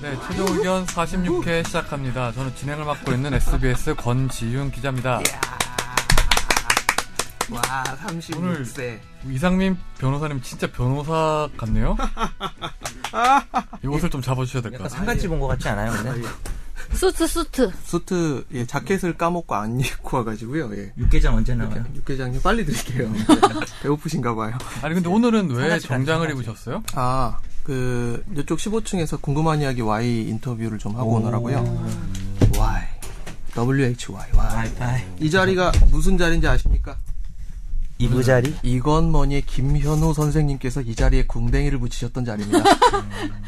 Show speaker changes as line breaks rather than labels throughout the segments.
네, 의견 46회 시작합니다. 저는 진행을 맡고 있는 SBS 권지윤 기자입니다.
이야. 와, 36세.
이상민 변호사님 진짜 변호사 같네요. 이 옷을 좀 잡아주셔야 될 것
약간
같아요.
상간집 온 것 같지 않아요, 예. 근데?
수트 수트.
수트, 예, 자켓을 까먹고 안 입고 와가지고요, 예.
육개장 언제 나와요?
육개장님 빨리 드릴게요. 배고프신가 봐요.
아니 근데 오늘은 왜
상가집
정장을
같아요,
입으셨어요?
아, 그, 이쪽 15층에서 궁금한 이야기 Y 인터뷰를 좀 하고
오.
오느라고요. Y. WHY, Y.
와이파이.
이 자리가 무슨 자리인지 아십니까?
이부 자리?
이건 뭐니 김현우 선생님께서 이 자리에 궁뎅이를 붙이셨던 자리입니다.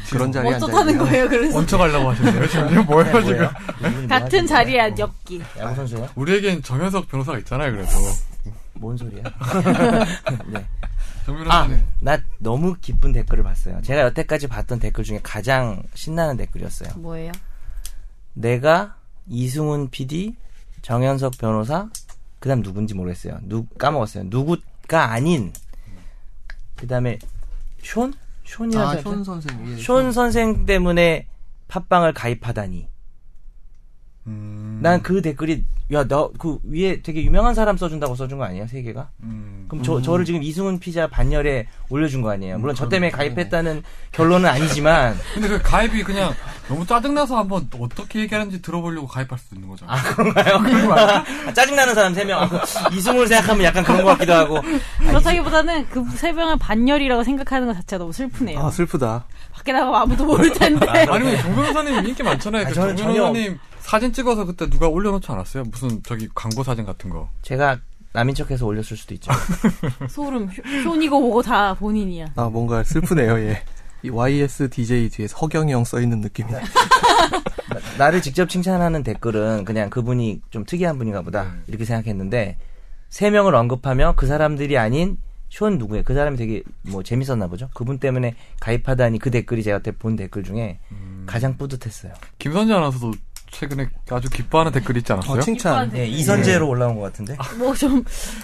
그런 자리에 앉아
어쩌다는
있네요.
거예요, 그래서.
얹혀가려고 하셨네요. 지금 뭐예요 지금?
지금?
같은 자리에 엮기.
야구 선수야?
우리에겐 정현석 변호사가 있잖아요. 그래도
뭔 소리야? 네.
정
아,
변호사님
나 너무 기쁜 댓글을 봤어요. 제가 여태까지 봤던 댓글 중에 가장 신나는 댓글이었어요.
뭐예요?
내가 이승훈 PD, 정현석 변호사, 그다음 누군지 모르겠어요. 누 까먹었어요. 누구가 아닌 그다음에 숀 숀이라고
아,
하죠?
현 선생님. 예,
숀 선생 때문에 팟빵을 가입하다니.
음,
난 그 댓글이 야 나 그 위에 되게 유명한 사람 써준다고 써준 거 아니에요? 세 개가?
음,
그럼 저, 저를 지금 이승훈 피자 반열에 올려준 거 아니에요? 물론 저 때문에 가입했다는 결론은 아니지만
근데 그 가입이 그냥 너무 짜증나서 한번 어떻게 얘기하는지 들어보려고 가입할 수도 있는 거죠. 아,
아, 짜증나는 사람 세 명. 이승훈을 생각하면 약간 그런 것 같기도 하고.
그렇다기보다는 그 세 명을 반열이라고 생각하는 것 자체가 너무 슬프네요.
아, 슬프다.
밖에 나가면 아무도 모를 텐데.
아니 근데 정 변호사님 인기 많잖아요.
아,
그
저는
정
전혀-
변호사님 사진 찍어서 그때 누가 올려놓지 않았어요? 무슨 저기 광고 사진 같은 거.
제가 남인 척해서 올렸을 수도 있죠.
소름. 쇼- 쇼니고 뭐고 다 본인이야.
아, 뭔가 슬프네요, 예. 이 YSDJ 뒤에 서경영 써있는 느낌이.
나를 직접 칭찬하는 댓글은 그냥 그분이 좀 특이한 분인가 보다 이렇게 생각했는데 세 명을 언급하며 그 사람들이 아닌 쇼는 누구예요? 그 사람이 되게 뭐 재밌었나 보죠. 그분 때문에 가입하다니 그 댓글이 제가 그때 본 댓글 중에 가장 뿌듯했어요.
김선재 아나운서도 최근에 아주 기뻐하는 댓글 있지 않았어요?
어, 칭찬.
네,
이선재로 올라온 것 같은데.
뭐 좀,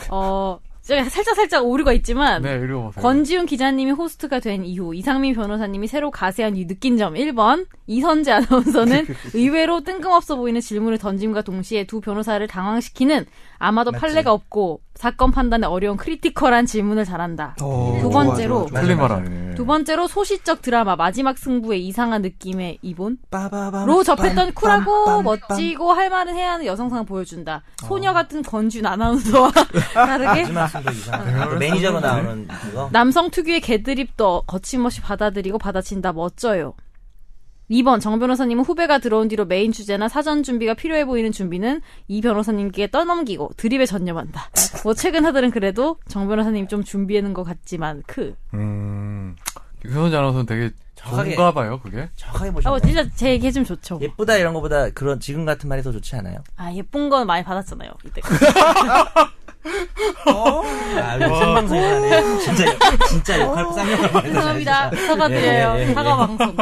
어, 제가 살짝살짝 오류가 있지만.
네, 읽어보세요.
권지훈 기자님이 호스트가 된 이후 이상민 변호사님이 새로 가세한 이 느낀 점 1번 이선재 아나운서는 의외로 뜬금없어 보이는 질문을 던짐과 동시에 두 변호사를 당황시키는 아마도 판례가 없고 사건 판단에 어려운 크리티컬한 질문을 잘한다.
어,
두 번째로.
좋아, 좋아, 좋아.
틀린 말 아니에요.
두 번째로 소시적 드라마 마지막 승부의 이상한 느낌의 이본
빠바밤,
로 접했던
빰,
쿨하고
빰, 어. 빰,
멋지고 할 말은 해야 하는 여성상 보여준다. 소녀 같은 권준 아나운서와 다르게
마지막 순간 이상. 아, 그 매니저로 나오는 그거.
남성 특유의 개드립도 거침없이 받아들이고 받아친다 멋져요. 2번 정 변호사님은 후배가 들어온 뒤로 메인 주제나 사전 준비가 필요해 보이는 준비는 이 변호사님께 떠넘기고 드립에 전념한다. 뭐 최근 하들은 그래도 정 변호사님 좀 준비해는 것 같지만 크.
음. 김선재 아나운서는 되게
정확하게-
좋은가 봐요, 그게.
정확하게
아,
보시면
뭐 진짜 제 얘기 해주면 좋죠.
예쁘다 이런 거보다 그런 지금 같은 말이 더 좋지 않아요?
아 예쁜 건 많이 받았잖아요 이때.
예, 아, 생방송이네. 진짜 진짜 역할 쌍욕을 많이
어, 죄송합니다. 사과드려요.
예, 예, 예.
사과 방송.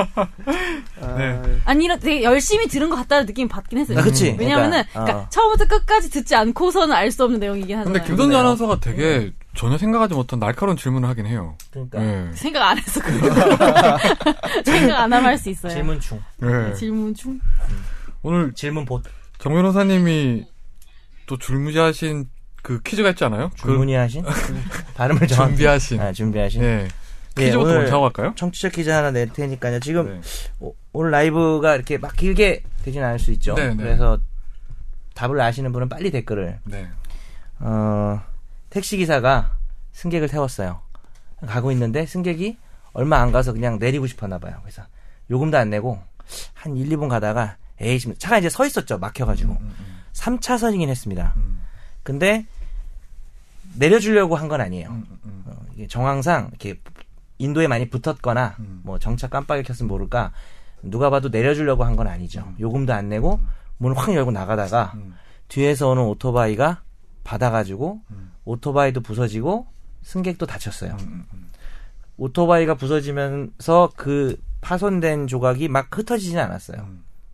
네.
아니 이런 되게 열심히 들은 것 같다는 느낌 받긴 했어요.
아, 그치.
왜냐면은
그러니까,
그러니까
어.
처음부터 끝까지 듣지 않고서는 알 수 없는 내용이긴 하잖아요.
근데 김선재 아나운서가
네.
되게 전혀 생각하지 못한 날카로운 질문을 하긴 해요.
그러니까
예.
생각 안 해서 그래요. 생각 안 하면 할 수 있어요.
질문 중
예.
질문 중.
오늘
질문 보
정 변호사님이 또 줄무지하신 그 퀴즈가 있지 않아요? 그
질문이 하신 발음을 정확히
준비하신.
아, 준비하신
예.
예,
퀴즈부터
오늘
먼저 하고 갈까요?
청취자 퀴즈 하나 낼 테니까요. 지금
네.
오, 오늘 라이브가 이렇게 막 길게 되진 않을 수 있죠.
네, 네.
그래서 답을 아시는 분은 빨리 댓글을
네.
어, 택시 기사가 승객을 태웠어요. 가고 있는데 승객이 얼마 안 가서 그냥 내리고 싶었나 봐요. 그래서 요금도 안 내고 한 1, 2분 가다가 에이 지금 차가 이제 서 있었죠. 막혀 가지고. 3차선이긴 했습니다. 근데 내려주려고 한 건 아니에요.
음,
어, 이게 정황상 이렇게 인도에 많이 붙었거나 뭐 정차 깜빡이 켰으면 모를까 누가 봐도 내려주려고 한 건 아니죠. 요금도 안 내고 문을 확 열고 나가다가 뒤에서 오는 오토바이가 받아가지고 오토바이도 부서지고 승객도 다쳤어요. 오토바이가 부서지면서 그 파손된 조각이 막 흩어지진 않았어요.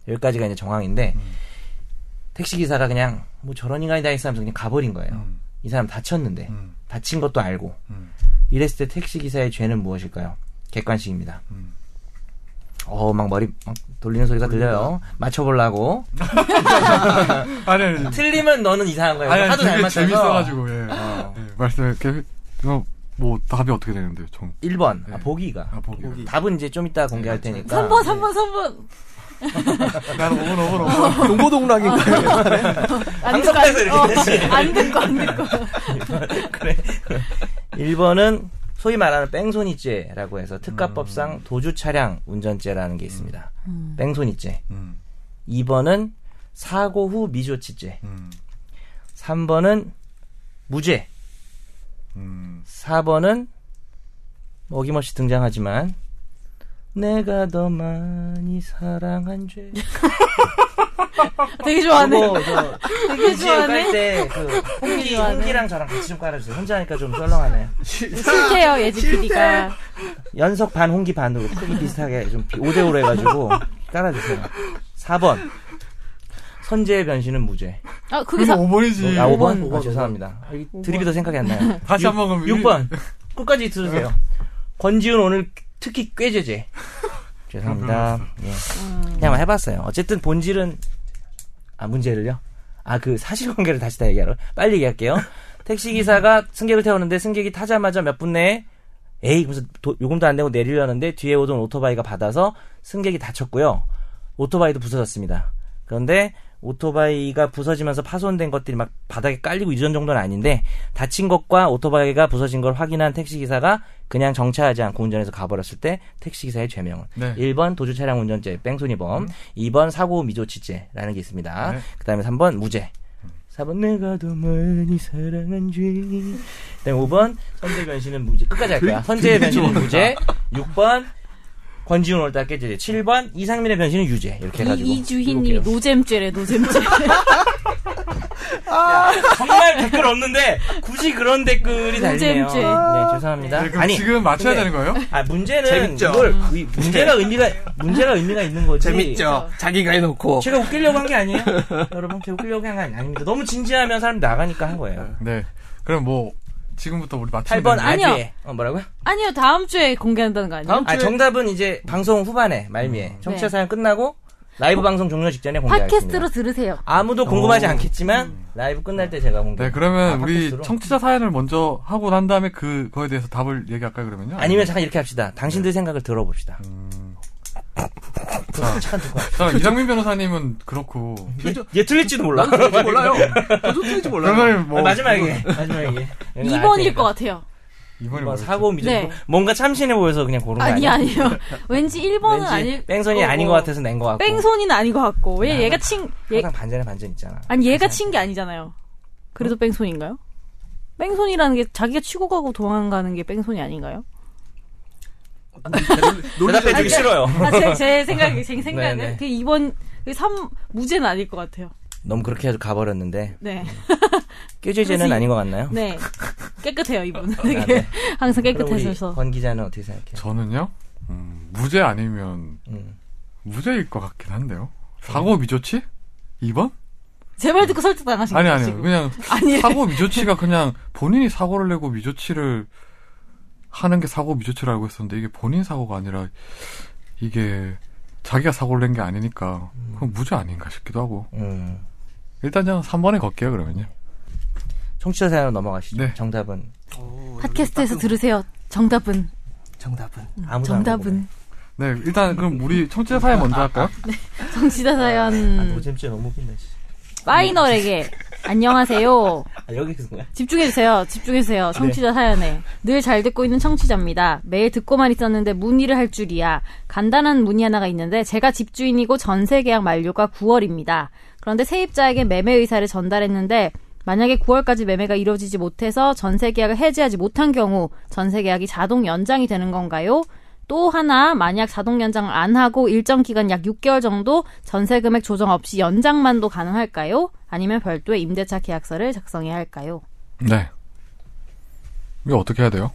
여기까지가 이제 정황인데 택시 기사가 그냥 뭐 저런 인간이 다니면서 그냥 가버린 거예요. 이 사람 다쳤는데 다친 것도
음.
알고 이랬을 때 택시 기사의 죄는 무엇일까요? 객관식입니다. 어, 막 머리 막 돌리는 소리가 들려요. 맞춰보려고.
아니 아니.
틀리면 너는 이상한 거예요.
네, 아니, 아니
하도 잘
되게
맞춰서.
재밌어가지고 예.
어.
예, 말씀을 이렇게 그럼 뭐 답이 어떻게 되는데요, 전?
1번.
네.
아, 보기가.
아 보기.
보기.
답은 이제 좀 이따 공개할
네, 맞아요.
테니까.
3번, 3번, 3번.
아,
나는 오번 오번 오번.
동고동락인가요?
안 듣고, 안
방송에서
듣고.
이렇게 되지.
어, 안 듣고, 안 듣고.
그래. 1번은 소위 말하는 뺑소니죄라고 해서 특가법상 도주 차량 운전죄라는 게 있습니다. 뺑소니죄.
음,
2번은 사고 후 미조치죄.
음,
3번은 무죄.
음.
4번은 어김없이 등장하지만 내가 더 많이 사랑한 죄.
되게 좋아하네.
그거 저
되게 좋아하네.
깔때그 홍기
좋아하네.
홍기랑 저랑 같이 좀 깔아주세요. 혼자 하니까 좀 썰렁하네.
싫대요, 예지 PD가.
연석 반 홍기 반으로 크기 비슷하게 좀 5대5로 해가지고 깔아주세요. 4번 선제의 변신은 무죄.
아, 그게 사,
그럼 5번이지.
아 5번?
오번,
아,
오번.
죄송합니다. 여기 드립이 더 생각이 안 나요.
다시 한번 그럼 네.
6번 끝까지 들으세요. 권지훈 오늘 특히 꾀죄죄. 죄송합니다. 예. 그냥 해봤어요. 어쨌든 본질은 아 문제를요. 아 그 사실관계를 다시 다 얘기하러 빨리 얘기할게요. 택시 기사가 승객을 태우는데 승객이 타자마자 몇 분 내에 에이 무슨 도- 요금도 안 내고 내리려는데 뒤에 오던 오토바이가 받아서 승객이 다쳤고요. 오토바이도 부서졌습니다. 그런데 오토바이가 부서지면서 파손된 것들이 막 바닥에 깔리고 이런 정도는 아닌데 다친 것과 오토바이가 부서진 걸 확인한 택시 기사가 그냥 정차하지 않고 운전해서 가버렸을 때 택시 기사의 죄명은
네.
1번 도주 차량 운전죄 뺑소니범, 2번 사고 후 미조치죄라는 게 있습니다.
네.
그다음에 3번 무죄. 4번 내가 더 많이 사랑한 죄. 그다음에 5번 선제 변신은 무죄. 끝까지 할
그,
거야. 선제 변신은 무죄. 6번 권지훈 올다 깨지제. 7번 이상민의 변신은 유죄. 이렇게 해 가지고.
이, 이주희님이 노잼죄래, 노잼죄.
정말 댓글 없는데 굳이 그런 댓글이 달리네요.
노잼죄.
네, 죄송합니다.
네, 그럼 지금 맞춰야
근데-
되는 거예요?
아, 문제는
재밌죠?
이걸 의- 문제가 의미가 문제가 의미가 있는 거지.
재밌죠?
네.
자기가 해놓고.
제가 웃기려고 한 게 아니에요. 여러분, 제가 웃기려고 한 건 아닙니다. 너무 진지하면 사람 나가니까 한 거예요.
네. 그럼 뭐 지금부터 우리 맞추면
8번
되는
아니요.
아재. 어, 뭐라고요?
아니요, 다음 주에 공개한다는 거 아니에요?
아, 정답은 이제 방송 후반에 말미에 청취자
네.
사연 끝나고 라이브 방송 종료 직전에 공개하겠습니다.
어. 팟캐스트로 어. 음. 들으세요.
아무도 궁금하지 않겠지만 라이브 끝날 때 제가 공개.
네, 그러면
아,
우리
팟캐스트로?
청취자 사연을 먼저 하고 난 다음에 그 거에 대해서 답을 얘기할까요, 그러면요?
아니면 잠깐 이렇게 합시다.
네.
당신들 생각을 들어봅시다.
음.
그거 잠깐 듣고. 와.
자, 이상민 변호사님은 그렇고
예, 얘 틀릴지도 몰라.
저도 몰라요. 저도 틀지 몰라요.
변호사님 뭐
아, 마지막에 마지막에
2번일 어. 것 같아요.
이번에
이번
뭐
사고 미적
네.
뭔가 참신해 보여서 그냥 고른 거
아니,
아니야?
아니요. 왠지
네,
1번은
왠지
아닐
뺑소니 아닌 것
거고.
같아서 네, 낸 것 같고.
뺑소니는 아닌 것 같고. 왜
나-
얘가 친, 얘,
항상 반전에 반전 있잖아.
아니, 얘가 친 게 아니잖아요. 그래도 뺑소니인가요? 뺑소니라는 게 자기가 치고 가고 도망가는 게 뺑소니 아닌가요?
대답해주기 싫어요.
아, 제, 제 생각이,
네,
제
네.
생각은. 그 2번, 그 3, 무죄는 아닐 것 같아요.
너무 그렇게 해서 가버렸는데
네.
꾀죄죄는
그래서
아닌 것 같나요?
네. 깨끗해요, 이분.
아,
되게.
네.
항상
그럼 우리
깨끗해져서.
권 기자는 어떻게 생각해요?
저는요. 음, 무죄 아니면
음.
무죄일 것 같긴 한데요. 사고 미조치? 2번?
제 말 듣고 설득당하신
아니
거예요,
아니요.
음, 지금.
그냥
아니,
사고 미조치가 그냥 본인이 사고를 내고 미조치를 하는 게 사고 미조치를 알고 있었는데 이게 본인 사고가 아니라 이게 자기가 사고를 낸 게 아니니까 그럼 무죄 아닌가 싶기도 하고
음.
일단 저는 3번에 걸게요 그러면요.
청취자 사연으로 넘어가시죠.
네.
정답은
아,
팟캐스트에서 들으세요. 정답은.
정답은.
아, 그 아무도 안 궁금해요.
음, 정답은.
네 일단 그럼 우리 청취자 사연 먼저 할까요?
정치자
아,
사연.
노잼죄 너무 웃긴다. 씨.
파이널에게. 안녕하세요.
아, 여기서 뭐야?
집중해주세요. 집중해주세요. 청취자 사연에. 늘 잘 듣고 있는 청취자입니다. 매일 듣고만 있었는데 문의를 할 줄이야. 간단한 문의 하나가 있는데 제가 집주인이고 전세 계약 만료가 9월입니다. 그런데 세입자에게 매매 의사를 전달했는데 만약에 9월까지 매매가 이루어지지 못해서 전세 계약을 해지하지 못한 경우 전세 계약이 자동 연장이 되는 건가요? 또 하나 만약 자동 연장을 안 하고 일정 기간 약 6개월 정도 전세 금액 조정 없이 연장만도 가능할까요? 아니면 별도의 임대차 계약서를 작성해야 할까요?
네. 이거 어떻게 해야 돼요?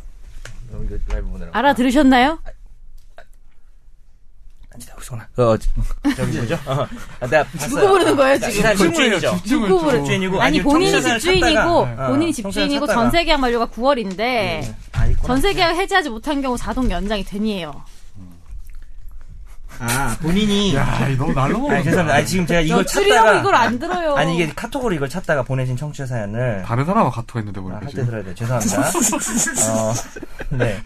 여기 라이브 보내라고.
알아들으셨나요?
혹시나. 그, 어, 저기 뭐죠? 어, 아, 내가
누구
봤어요.
부르는 거예요 지금?
집사님 집주인이죠.
집중을
아, 누구 부르-
집주인이고.
아니 본인이 집주인이고
찾다가,
본인이
어,
집주인이고
청소년 찾다가. 네.
전세 계약 만료가 9월인데 전세 계약 해지하지 못한 경우 자동 연장이 되니에요.
아, 본인이.
야, 이 너무 날로 먹는
아니, 죄송합니다. 아니, 지금 제가 이걸
추리하고
찾다가.
이걸 안 들어요.
아니, 이게 카톡으로 이걸 찾다가 보내신 청취자 사연을.
다른 사람하고 카톡했는데
아,
보니까
할 때
지금
들어야 돼요. 죄송합니다. 어, 네.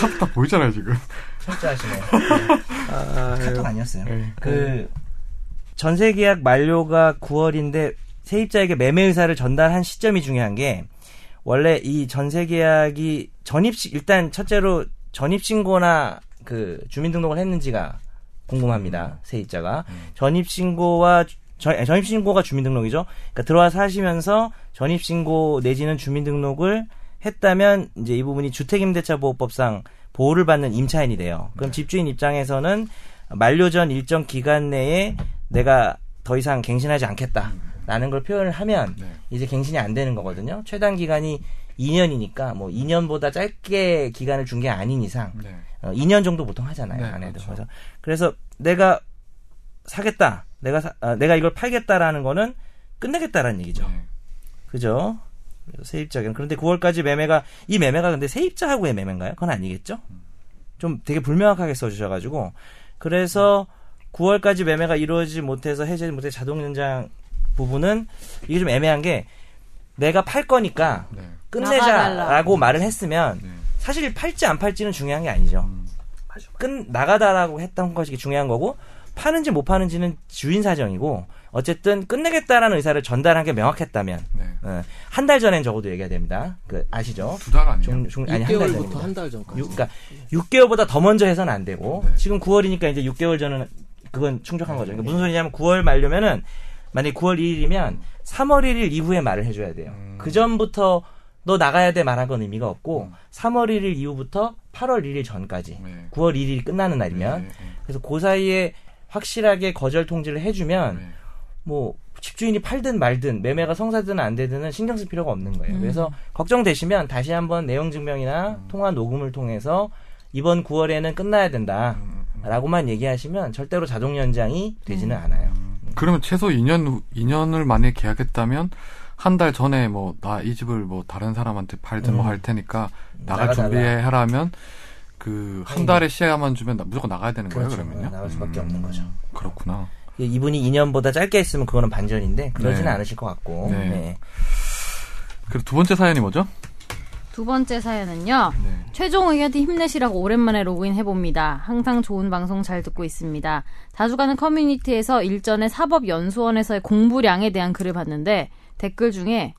카톡 다 보이잖아요 지금.
철저하시네.
아유.
네. 카톡 아니었어요.
예.
그 전세 계약 만료가 9월인데 세입자에게 매매 의사를 전달한 시점이 중요한 게 원래 이 전세 계약이 전입 시- 일단 첫째로 전입 신고나 그 주민등록을 했는지가 궁금합니다. 세입자가 전입 신고와 전입 신고가 주민등록이죠. 그러니까 들어와 사시면서 전입 신고 내지는 주민등록을 했다면 이제 이 부분이 주택임대차보호법상 보호를 받는 임차인이 돼요. 그럼 집주인 입장에서는 만료 전 일정 기간 내에 내가 더 이상 갱신하지 않겠다라는 걸 표현을 하면
네.
이제 갱신이 안 되는 거거든요. 최단 기간이 2년이니까 뭐 2년보다 짧게 기간을 준 게 아닌 이상
네.
어, 2년 정도 보통 하잖아요
네,
안에도
그렇죠.
그래서 그래서 내가 사겠다 내가 사- 아, 내가 이걸 팔겠다라는 거는 끝내겠다라는 얘기죠
네.
그죠 그래서 세입자는 그런데 9월까지 매매가 이 매매가 근데 세입자하고의 매매인가요 그건 아니겠죠 좀 되게 불명확하게 써주셔가지고 그래서 9월까지 매매가 이루어지지 못해서 해제 못해 자동 연장 부분은 이게 좀 애매한 게 내가 팔 거니까
네.
끝내자라고 말을 했으면
네.
사실 팔지 안 팔지는 중요한 게 아니죠.
음.
끝 나가다라고 했던 것이 중요한 거고 파는지 못 파는지는 주인 사정이고 어쨌든 끝내겠다라는 의사를 전달한 게 명확했다면 예,
네.
한 달 전엔 적어도 얘기해야 됩니다. 그 아시죠?
두 달 아니에요?
중, 중, 아니 한달
6개월부터
전입니다.
한 달 전까지.
육- 그러니까 6개월보다 더 먼저 해서는 안 되고
네.
지금 9월이니까 이제 6개월 전은 그건 충족한 거죠.
네.
그러니까 무슨 소리냐면 9월 말려면은 만약에 9월 2일이면 3월 1일 이후에 말을 해줘야 돼요.
음.
그 전부터 너 나가야 돼 말한 건 의미가 없고
음.
3월 1일 이후부터 8월 1일 전까지
네.
9월 1일이 끝나는 날이면
네, 네,
그래서 그 사이에 확실하게 거절 통지를 해주면
네.
뭐 집주인이 팔든 말든 매매가 성사든 안 되든은 신경 쓸 필요가 없는 거예요. 그래서 걱정되시면 다시 한번 내용 증명이나 통화 녹음을 통해서 이번 9월에는 끝나야
음, 음.
된다라고만 얘기하시면 절대로 자동 연장이 되지는 않아요.
그러면 최소 2년 후, 2년을 만약에 계약했다면 한 달 전에 뭐 나 이 집을 뭐 다른 사람한테 팔든 뭐
음.
할 테니까 나갈
나가달라.
준비해라면 그 한 달의 시야만 주면 나- 무조건 나가야 되는 거예요,
그렇죠.
그러면요? 음.
나갈 수밖에 없는 거죠.
그렇구나.
이분이 2년보다 짧게 했으면 그거는 반전인데 그러지는
네.
않으실 것 같고.
네.
네.
그리고 두 번째 사연이 뭐죠?
두 번째 사연은요.
네.
최종 의견이 힘내시라고 오랜만에 로그인 해봅니다. 항상 좋은 방송 잘 듣고 있습니다. 자주 가는 커뮤니티에서 일전에 사법연수원에서의 공부량에 대한 글을 봤는데 댓글 중에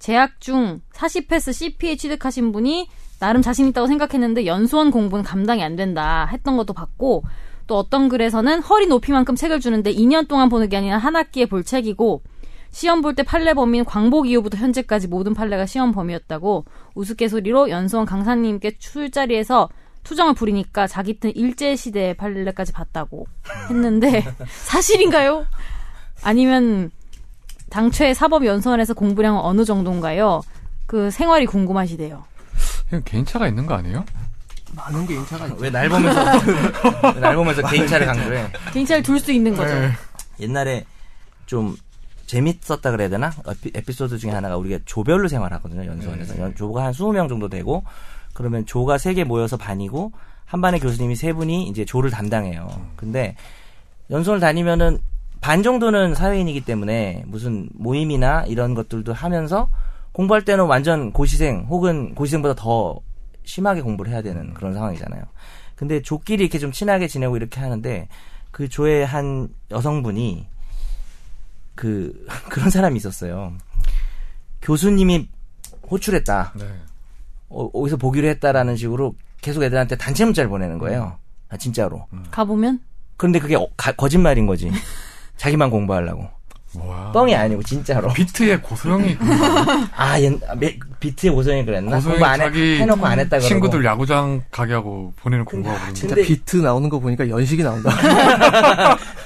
재학 중 40패스 CPA 취득하신 분이 나름 자신 있다고 생각했는데 연수원 공부는 감당이 안 된다 했던 것도 봤고 또 어떤 글에서는 허리 높이만큼 책을 주는데 2년 동안 보는 게 아니라 한 학기에 볼 책이고 시험 볼 때 판례 범위는 광복 이후부터 현재까지 모든 판례가 시험 범위였다고 우스갯소리로 연수원 강사님께 술자리에서 투정을 부리니까 자기 튼 일제 시대의 판례까지 봤다고 했는데 사실인가요? 아니면 당초에 사법 연수원에서 공부량은 어느 정도인가요? 그 생활이 궁금하시대요.
이건 개인차가 있는 거 아니에요?
많은 게 인차가 있죠.
왜 날 보면서 왜날 보면서 개인차를 강조해?
개인차를 둘 수 있는 거죠.
네. 옛날에 좀 재밌었다 그래야 되나? 에피- 에피소드 중에 하나가 우리가 조별로 생활하거든요. 연수원에서. 연- 조가 한 20명 정도 되고 그러면 조가 세 개 모여서 반이고 한 반의 교수님이 세분이 이제 조를 담당해요. 근데 연수원을 다니면은 반 정도는 사회인이기 때문에 무슨 모임이나 이런 것들도 하면서 공부할 때는 완전 고시생 혹은 고시생보다 더 심하게 공부를 해야 되는 그런 상황이잖아요. 근데 조끼리 이렇게 좀 친하게 지내고 이렇게 하는데 그 조의 한 여성분이 그 그런 사람이 있었어요. 교수님이 호출했다.
네.
어, 어디서 보기로 했다라는 식으로 계속 애들한테 단체 문자를 보내는 거예요. 아, 진짜로.
가보면
그런데 그게 어- 가- 거짓말인 거지. 자기만 공부하려고.
뭐야.
뻥이 네, 아니고 진짜로.
비트의 고소영이
아, 옛, 아, 매- 비트의 고소영이 그랬나?
고소영이
공부 안 해,
자기
해놓고 안 했다 그러고.
친구들 야구장 가게 하고 본인은 공부하고 그러는 거.
진짜
진짜 근데-
비트 나오는 거 보니까 연식이 나온다.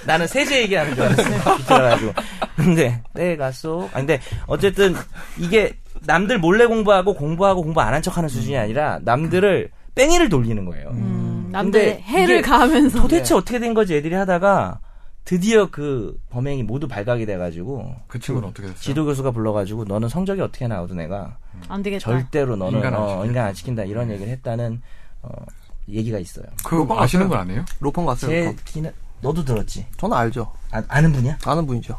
나는 세제 얘기하는 줄 알았어. 비틀어가지고. 근데, 때가 쏙. 아, 근데, 어쨌든, 이게, 남들 몰래 공부하고, 공부하고, 공부 안 한 척 하는 수준이 아니라, 남들을, 뺑이를 돌리는 거예요.
음, 남들
근데
해를
이게
가하면서
도대체
음.
어떻게 된 거지, 애들이 하다가, 드디어 그 범행이 모두 발각이 돼가지고,
그 친구는 어떻게 됐어요?
지도교수가 불러가지고, 너는 성적이 어떻게 나오든 애가,
안 되겠다.
절대로 너는
그러니까. 인간 안 시킨다.
어,
음.
인간 안 시킨다 이런 얘기를 했다는 어, 얘기가 있어요.
그
로펌
아시는
같아요.
건 아니에요?
로펌 갔어요.
제
로펌.
기는 너도 들었지.
저는 알죠.
아, 아는 분이야?
아는 분이죠.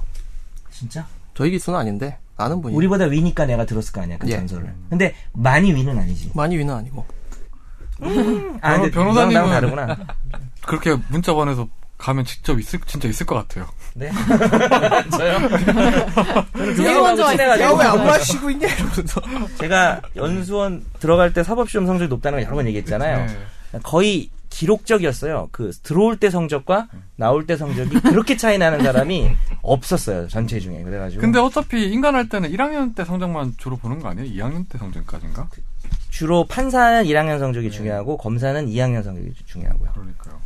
진짜?
저희 기수는 아닌데 아는
어, 예.
분이. 우리
우리보다 위니까 내가 들었을 거 아니야 그
예.
전설을. 근데 많이 위는 아니지.
많이 위는 아니고.
아, 근데
음, 변호-
너랑 나랑
변호사님은-
다르구나.
그렇게 문자 보내서 가면 직접 있을 진짜 있을 것 같아요.
네.
되게 먼저 와 있어요.
친해가지고.
야왜 안 마시고 있냐 이러면서.
제가 연수원 들어갈 때 사법시험 성적이 높다는 걸 여러 번 얘기했잖아요.
네.
거의 기록적이었어요. 그 들어올 때 성적과 나올 때 성적이 그렇게 차이 나는 사람이 없었어요. 전체 중에 그래가지고
근데 어차피 인간 할 때는 1학년 때 성적만 주로 보는 거 아니에요? 2학년 때 성적까지인가?
주로 판사는 1학년
네.
성적이 중요하고 검사는 2학년 성적이 주- 중요하고요.
그러니까요.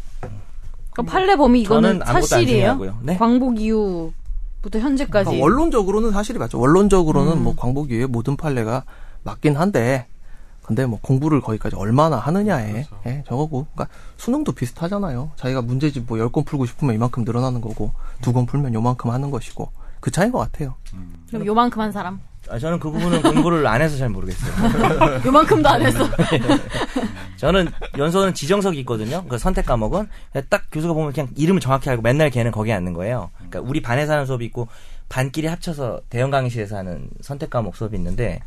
그 판례 범위 이거는
저는 아무것도 안
사실이에요.
중요하고요. 네.
광복 이후부터 현재까지.
그러니까 원론적으로는 사실이 맞죠. 원론적으로는 뭐 광복 이후에 모든 판례가 맞긴 한데, 근데 뭐 공부를 거기까지 얼마나 하느냐에
그렇죠.
예, 저거고. 그러니까 수능도 비슷하잖아요. 자기가 문제집 뭐 10권 풀고 싶으면 이만큼 늘어나는 거고, 두 권 풀면 요만큼 하는 것이고. 그 차이인 것 같아요.
그럼 요만큼 한 사람.
아, 저는 그 부분은 공부를 안 해서 잘 모르겠어요.
요만큼도 안 했어.
저는 연수원은 지정석이 있거든요. 그 선택 과목은 그냥 딱 교수가 보면 그냥 이름을 정확히 알고 맨날 걔는 거기 앉는 거예요. 그러니까 우리 반에서 하는 수업이 있고 반끼리 합쳐서 대형 강의실에서 하는 선택 과목 수업이 있는데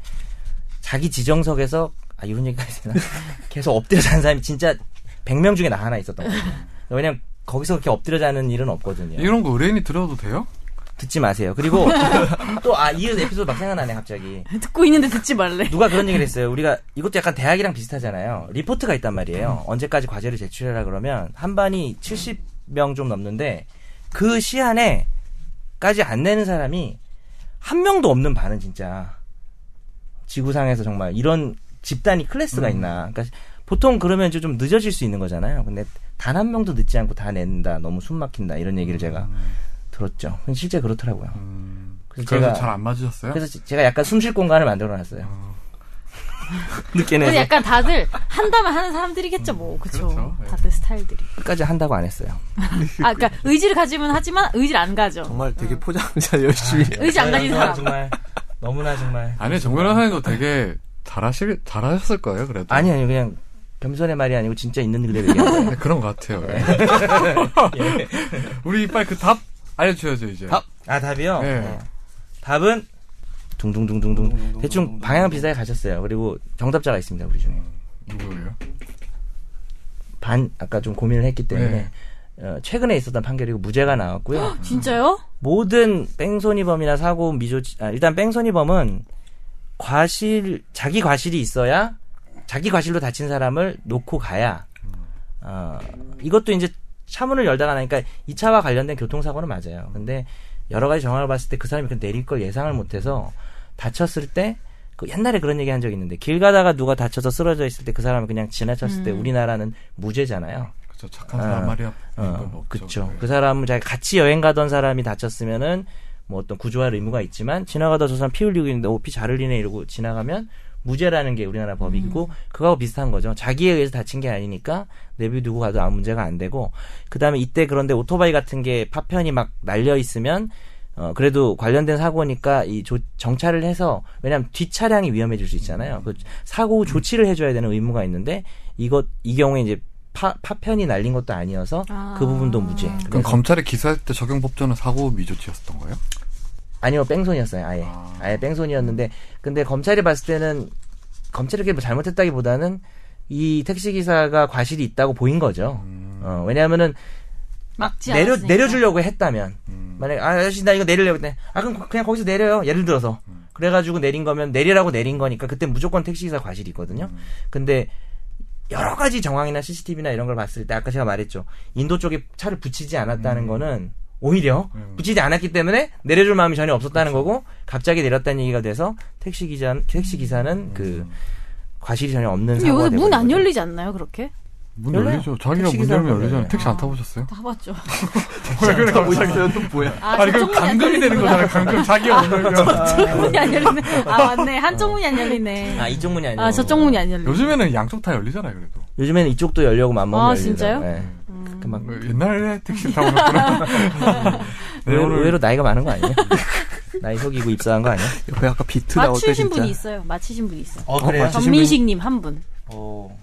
자기 지정석에서 아 이런 얘기까지 되나? 계속 엎드려 자는 사람이 진짜 100명 중에 나 하나 있었던 거예요. 왜냐면 거기서 그렇게 엎드려 자는 일은 없거든요.
이런 거 의뢰인이 들어도 돼요?
듣지 마세요. 그리고 또 아 이 에피소드 막 생각나네 갑자기.
듣고 있는데 듣지
네.
말래.
누가 그런 얘기를 했어요. 우리가 이것도 약간 대학이랑 비슷하잖아요. 리포트가 있단
음.
말이에요. 언제까지 과제를 제출해라 그러면 한 반이 70명 좀 넘는데 그 시안에까지 안 내는 사람이 한 명도 없는 반은 진짜 지구상에서 정말 이런 집단이
음.
클래스가 있나. 그러니까 보통 그러면 이제 좀 늦어질 수 있는 거잖아요. 근데 단 한 명도 늦지 않고 다 낸다. 너무 숨 막힌다. 이런 얘기를 제가 들었죠. 근데 실제 그렇더라고요. 그래서
음. 그래서
제가
잘 안 맞으셨어요?
그래서 지- 제가 약간 숨 쉴 공간을 만들어 놨어요. 늦게
근데
내서
약간 다들 한다면 하는 사람들이겠죠, 뭐. 그쵸.
그렇죠. 예.
다들 스타일들이.
끝까지 한다고 안 했어요.
아, 그니까 의지를 가지면 하지만 의지를 안 가죠.
정말 되게 포장자 열심히.
의지 안 가진 사람.
정말 너무나 정말
아니 정 변호사님도 되게 잘하실 잘하셨을 거예요. 그래도
아니 아니 그냥 겸손의 말이 아니고 진짜 있는 그대로 얘기한 거예요.
네, 그런 것 같아요. 네. 우리 빨리 그 답 알려주셔야죠 이제.
답.
아 예. 답이요?
네.
네. 답은 둥둥둥둥둥 대충 방향 비슷하게 가셨어요. 그리고 정답자가 있습니다 우리 중에
누구예요?
반 아까 좀 고민을 했기 때문에 어, 최근에 있었던 판결이고 무죄가 나왔고요.
진짜요?
모든 뺑소니범이나 사고 미조 아, 일단 뺑소니범은 과실 자기 과실이 있어야 자기 과실로 다친 사람을 놓고 가야 어, 이것도 이제 차문을 열다가 나니까 이차와 관련된 교통사고는 맞아요. 근데 여러 가지 정황을 봤을 때 그 사람이 그 내릴 걸 예상을 못해서 다쳤을 때 그 옛날에 그런 얘기 한 적 있는데 길 가다가 누가 다쳐서 쓰러져 있을 때 그 사람을 그냥 지나쳤을 때 우리나라는 무죄잖아요.
그쵸 착한 사람
아,
말이야.
어,
별로 없죠.
그쵸.
네.
그 사람은 자기 같이 여행 가던 사람이 다쳤으면은 뭐 어떤 구조할 의무가 있지만 지나가다 저 사람 피 흘리고 있는데 오피잘 흘리네 이러고 지나가면 무죄라는 게 우리나라 법이고 그거하고 비슷한 거죠. 자기에 의해서 다친 게 아니니까 내비두고 가도 아무 문제가 안 되고 그다음에 이때 그런데 오토바이 같은 게 파편이 막 날려 있으면 어 그래도 관련된 사고니까 이 조- 정차를 해서 왜냐하면 뒷 차량이 위험해질 수 있잖아요. 그 사고 후 조치를 해줘야 되는 의무가 있는데 이것 이 경우에 이제 파, 파편이 날린 것도 아니어서
아.
그 부분도 무죄.
그럼
그래서-
검찰이 기소할 때 적용 법전은 사고 미조치였던 거예요?
아니요, 뺑소니였어요. 아예.
아.
아. 예 뺑소니였는데 근데 검찰이 봤을 때는 검찰이 그렇게 잘못했다기보다는 이 택시 기사가 과실이 있다고 보인 거죠.
음.
어, 왜냐하면은
막지
내려
않았으니까.
내려주려고 했다면 만약에 아, 아저씨 나 이거 내리려고 했네. 아 그럼 거- 그냥 거기서 내려요. 예를 들어서 그래가지고 내린 거면 내리라고 내린 거니까 그때 무조건 택시 기사 과실이 있거든요. 근데 여러 가지 정황이나 CCTV나 이런 걸 봤을 때 아까 제가 말했죠. 인도 쪽에 차를 붙이지 않았다는 거는 오히려 붙이지 않았기 때문에 내려줄 마음이 전혀 없었다는 거고 갑자기 내렸다는 얘기가 돼서 택시 기자 택시 기사는 그 과실이 전혀 없는
근데
사고가
요새 문
돼버린
안
거죠.
열리지 않나요, 그렇게?
문
열려요.
열리죠. 자기가
택시
문
기사는
열면 열리잖아요.
열려요.
택시 안
아.
타보셨어요?
타봤죠.
왜 그래 갑자기?
는 뭐야?
아,
아니 그럼
저쪽 문이 안
감금이 되는
열리는구나.
거잖아요. 감금 자기가 문
아.
열면.
저쪽 문이 안 열리네. 아, 맞네. 한쪽 문이 안 열리네.
아 이쪽 문이 아니에요.
아, 저쪽 문이 안 열리네.
요즘에는 양쪽 다 열리잖아요. 그래도
요즘에는 이쪽도 열려고 맘먹으면
아,
열리더라고요.
진짜요? 음.
예. 그막
왜 옛날에 택시 타보셨구나. 네,
의외로,
오늘-
의외로 나이가 많은 거 아니에요? 나이 속이고 입사한 거 아니야?
옆에 예. 아까 비트 나올 때
맞추신
진짜.
분이 있어요. 맞히신 분이 있어요.
어
그래요? 맞추신 분이-
전민식님 한 분.
이걸, 어-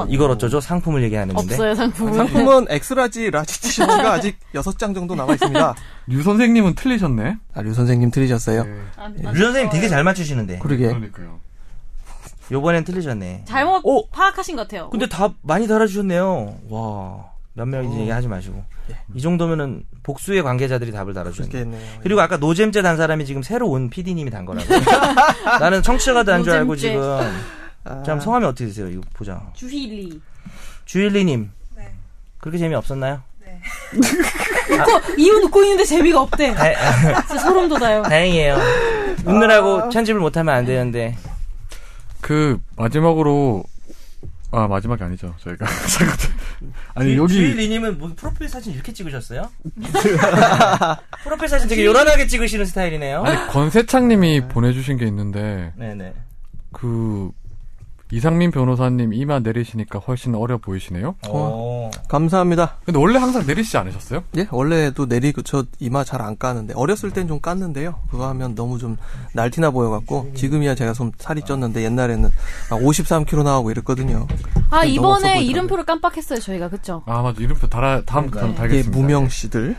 상관.
이걸 어쩌죠? 상품을 얘기하는 건데.
없어요 상품은.
상품은 엑스라지 라지 티셔츠가 아직 6장 정도 남아 있습니다.
류 선생님은 틀리셨네.
아, 류 선생님 틀리셨어요?
네,
안- 안
류 선생님 되게
좋아요.
잘 맞추시는데.
그러게.
그러니까요.
요번엔 틀리셨네.
잘못
오!
파악하신 것 같아요.
어. 근데 다 많이 달아주셨네요. 와. 몇 명인지
어.
얘기하지 마시고.
예.
이 정도면은 복수의 관계자들이 답을 달아주셨네.
좋겠네요.
그리고 아까 노잼째 단 사람이 지금 새로 온 PD님이 단 거라고. 나는 청취자가 단 줄 알고
노잼째.
지금.
아,
참 성함이 어떻게 되세요? 이거 보자.
주힐리.
주일리님.
네.
그렇게 재미없었나요?
웃고 이웃 웃고 있는데 재미가 없대.
다,
진짜 소름 돋아요.
아, 다행이에요. 웃느라고 편집을 못하면 안 되는데.
그 마지막으로 아 마지막이 아니죠 저희가 잠깐 아니 여기
주일리님은 뭐 프로필 사진 이렇게 찍으셨어요? 프로필 사진 되게 요란하게 찍으시는 스타일이네요.
아니 권세창님이
네.
보내주신 게 있는데
네네.
그 이상민 변호사님 이마 내리시니까 훨씬 어려 보이시네요.
오.
감사합니다.
근데 원래 항상 내리시지 않으셨어요?
예, 원래도 내리고 저 이마 잘 안 까는데 어렸을 땐 좀 깠는데요. 그거 하면 너무 좀 날티나 보여갖고 지금이야 제가 좀 살이 쪘는데 옛날에는 막 53kg 나오고 이랬거든요.
아
너무 없어
이번에
보이더라고요.
이름표를 깜빡했어요 저희가 그쵸?
아 맞아 이름표 달아 다음 다음
그러니까. 이게
달겠습니다.
무명 씨들.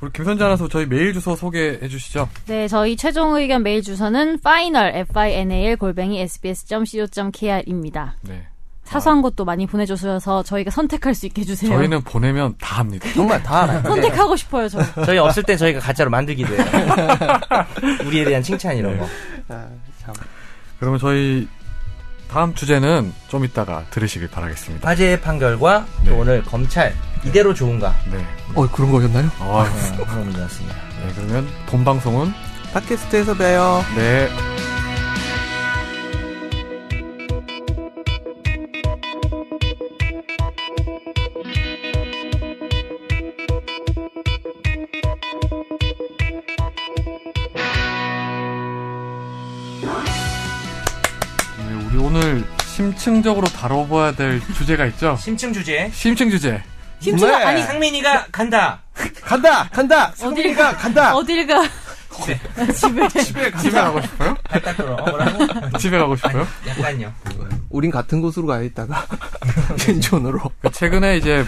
우리 김선재 아나운서 저희 메일 주소 소개해 주시죠.
네, 저희 최종 의견 메일 주소는 final f i n a l 골뱅이 s b s c o k r 입니다.
네.
사소한 것도 많이 보내주셔서 저희가 선택할 수 있게
네.
해주세요.
저희는 보내면 다 합니다.
정말 다 알아요.
선택하고 싶어요 저.
저희 없을 때 저희가 가짜로 만들기도 해요. 우리에 대한 칭찬 이런 거.
어,
그러면 저희 다음 주제는 좀 이따가 들으시길 바라겠습니다.
화재의 판결과
네.
또 오늘 검찰 이대로 좋은가
네.
어, 그런 거였나요?
아,
어, 그런 문제 같습니다.
네. 그러면 본 방송은
팟캐스트에서 봬요.
네. 네, 우리 오늘 심층적으로 다뤄봐야 될 주제가 있죠.
심층 주제.
심층 주제.
힘주가
네.
아니
상민이가 간다.
간다! 간다!
어딜
승민이가 간다!
어딜 가?
집에.
집에.
네,
집에 가고 싶어요?
갔다 들어. 아, 뭐라고?
집에 가고 싶어요?
약간요.
우린 같은 곳으로 가야 있다가 신촌으로.
그 최근에 이제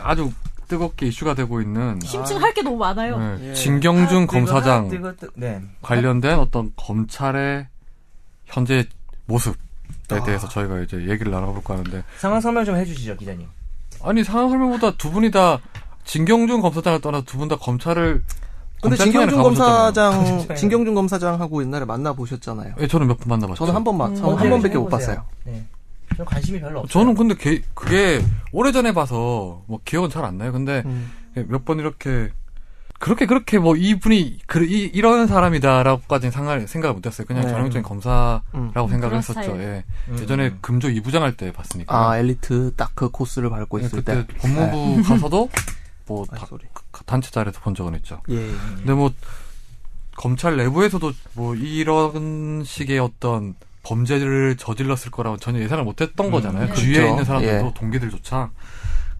아주 뜨겁게 이슈가 되고
아,
있는
심층 할 게 너무 많아요.
네,
예.
진경준 검사장
뜨거, 뜨거, 뜨- 네.
관련된 어떤 검찰의 현재 모습에
아.
대해서 저희가 이제 얘기를 나눠볼까 하는데
상황 설명 좀 해주시죠, 기자님.
아니 상황 설명보다 두 분이 다 진경준 검사장을 떠나 두 분 다 검찰을
근데
검찰 생활을
진경준
가보셨잖아요.
검사장, 진경준 검사장하고 옛날에 만나보셨잖아요.
예, 저는 몇 번 만나봤죠.
저는 한 번만,
음,
저는 한
어디에
번밖에 못
네, 해보세요.
봤어요.
네. 저 관심이 별로 없어요.
저는 근데 게- 그게 오래전에 봐서 뭐 기억은 잘 안 나요. 근데 예,
음.
몇 번 이렇게 그렇게 그렇게 뭐 이분이 그, 이, 이런 사람이다라고까지는 상할, 생각을 못했어요. 그냥
네.
전형적인 검사라고
음.
생각을
그런
했었죠.
스타일.
예.
음.
예전에 금조 이부장 할 때 봤으니까.
아, 엘리트 딱 그 코스를 밟고
예,
있을
그때
때. 네.
법무부 가서도 뭐
아,
다-
소리.
단체 자리에서 본 적은 있죠.
예.
근데 뭐 검찰 내부에서도 뭐 이런 식의 어떤 범죄를 저질렀을 거라고 전혀 예상을 못했던
음,
거잖아요.
네.
주위에
그렇죠.
있는 사람들도
예.
동기들조차.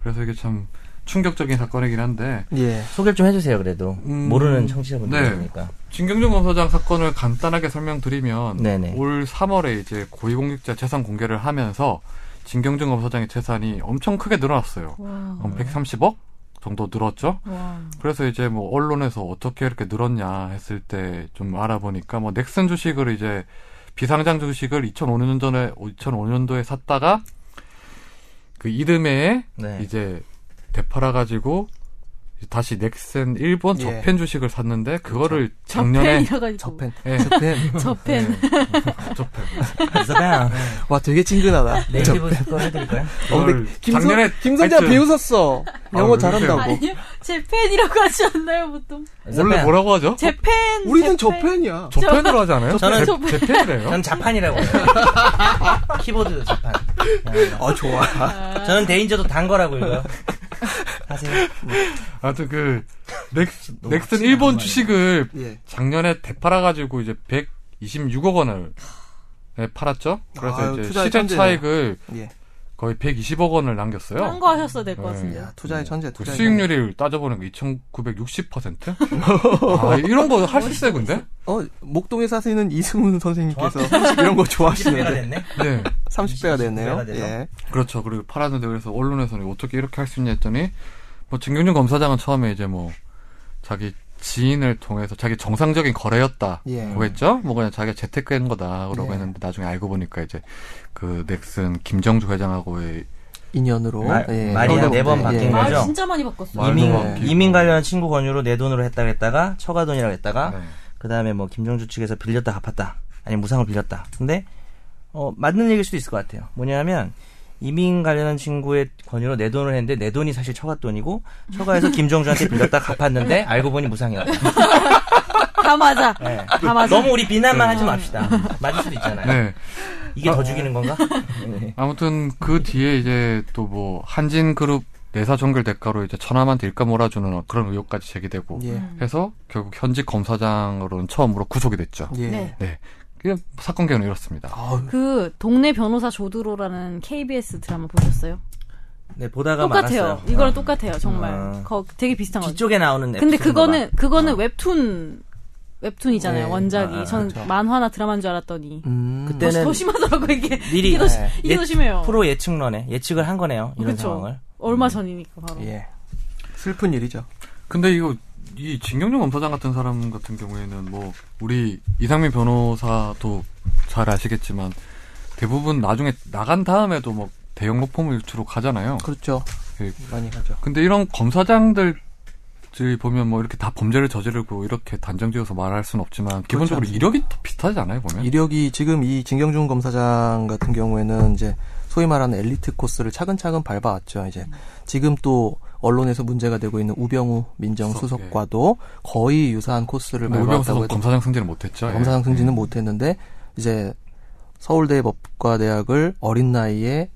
그래서 이게 참 충격적인 사건이긴 한데
예.
소개를 좀 해주세요, 그래도.
음,
모르는
네.
청취자분들이니까.
진경준 검사장 사건을 간단하게 설명드리면
네네.
올 3월에 이제 고위공직자 재산 공개를 하면서 진경준 검사장의 재산이 엄청 크게 늘어났어요.
와,
한 130억 정도 늘었죠.
와.
그래서 이제 뭐 언론에서 어떻게 이렇게 늘었냐 했을 때 좀 알아보니까 뭐 넥슨 주식을 이제 비상장 주식을 2005년 전에 2005년도에 샀다가 그 이듬해
네.
이제 되팔아 가지고 다시 넥슨 일본
예.
저펜 주식을 샀는데 그거를 작년에 네.
저펜이라가지고.
저펜.
예.
저펜.
저펜.
저펜
그래서가
와, 되게 친근하다.
네이티브 스코어 해드릴까요?
어, 근데
그걸
김선,
작년에
김선재가
하여튼-
비웃었어. 영어
아,
잘한다고.
아니요, 제펜이라고 하지 않나요 보통?
원래 뭐라고 하죠?
제펜.
우리는
제펜.
저펜이야.
저펜으로 하지 않아요?
저는
제- 제펜이래요.
전 자판이라고 해요. 키보드 자판. 네.
어, 좋아.
저는 데인저도 단 거라고 읽어요. 하세요.
아무튼 그 넥,
너무
넥슨
확실한
일본
말이네.
주식을
예.
작년에 되팔아 가지고 이제 126억 원을 예, 팔았죠. 그래서
아유,
이제
투자의
시세
천재네요.
차익을
예.
거의 120억 원을 남겼어요.
딴거 하셨어야 될 것
네.
같은데.
야, 투자의 천재,
그
투자의 천재.
수익률이 따져보는 게 2,960%? 아, 이런 거 하실세 근데?
어, 목동에 사시는 이승훈 선생님께서 이런 거 좋아하시는데
됐네.
네.
30배가 됐네요.
30배가 돼서.
예.
그렇죠. 그리고 팔았는데 그래서 언론에서는 어떻게 이렇게 할 수 있냐 했더니 뭐 진경준 검사장은 처음에 이제 뭐 자기 지인을 통해서 자기 정상적인 거래였다.
예.
그거 했죠? 뭐 그냥 자기가 재테크한 거다. 그러고
예.
했는데 나중에 알고 보니까 이제 그 넥슨 김정주 회장하고의
인연으로
말-
예.
말이
형제
네번
관계.
바뀐
예.
거죠.
말
맞아.
진짜 많이 바꿨어.
말도
이민,
많고.
이민 관련 친구 권유로 내 돈으로 했다고 했다가 처가돈이라고 했다가
네.
그 다음에 뭐 김정주 측에서 빌렸다 갚았다. 아니 무상을 빌렸다. 근데 어, 맞는 얘기일 수도 있을 것 같아요. 뭐냐면 이민 관련한 친구의 권유로 내 돈을 했는데 내 돈이 사실 처갓돈이고 처가에서 김정주한테 빌렸다
네.
갚았는데 알고 보니 무상이었다.
아,
다 맞아.
네.
다 맞아.
너무 우리 비난만 하지 맙시다. 맞을 수도 있잖아요.
네.
이게 더 죽이는 건가? 네.
아무튼 그 뒤에 이제 또 뭐 한진 그룹 내사 종결 대가로 이제 천함한테 일감 몰아주는 그런 의혹까지 제기되고
예.
해서 결국 현직 검사장으로는 처음으로 구속이 됐죠.
예.
네.
그게 사건 개요는 이렇습니다.
아,
그 동네 변호사 조드로라는 KBS 드라마 보셨어요?
네, 보다가
똑같아요.
말았어요.
이거랑 똑같아요. 정말.
아.
거 되게 비슷한 거.
뒤쪽에 나오는
근데
에피소드인가
그거는
봐.
그거는 웹툰 웹툰이잖아요.
네.
원작이.
아, 아,
저는
그렇죠.
만화나 드라마인 줄 알았더니
음.
그때-
더,
때는
더 심하더라고 이게.
미리
이게 더, 시-
네.
이게 더
예-
심해요.
프로 예측론에 예측을 한 거네요. 이런
그쵸.
상황을. 음.
얼마 전이니까 바로.
예. 슬픈 일이죠.
근데 이거 이 진경준 검사장 같은 사람 같은 경우에는 뭐 우리 이상민 변호사도 잘 아시겠지만 대부분 나중에 나간 다음에도 뭐 대형 로펌을 주로 가잖아요.
그렇죠.
예.
많이 하죠.
근데 이런 검사장들 이 보면 뭐 이렇게 다 범죄를 저지르고 이렇게 단정지어서 말할 수는 없지만 기본적으로
않습니다.
이력이 다 비슷하지 않아요 보면
이력이 지금 이 진경준 검사장 같은 경우에는 이제 소위 말하는 엘리트 코스를 차근차근 밟아왔죠. 이제 지금 또 언론에서 문제가 되고 있는 우병우 민정수석과도 거의 유사한 코스를
근데 네, 우병수
밟아왔다고
선뭐
해도
검사장 승진을 못했죠. 예.
검사상 승진은 못했는데 이제 서울대 법과대학을 어린 나이에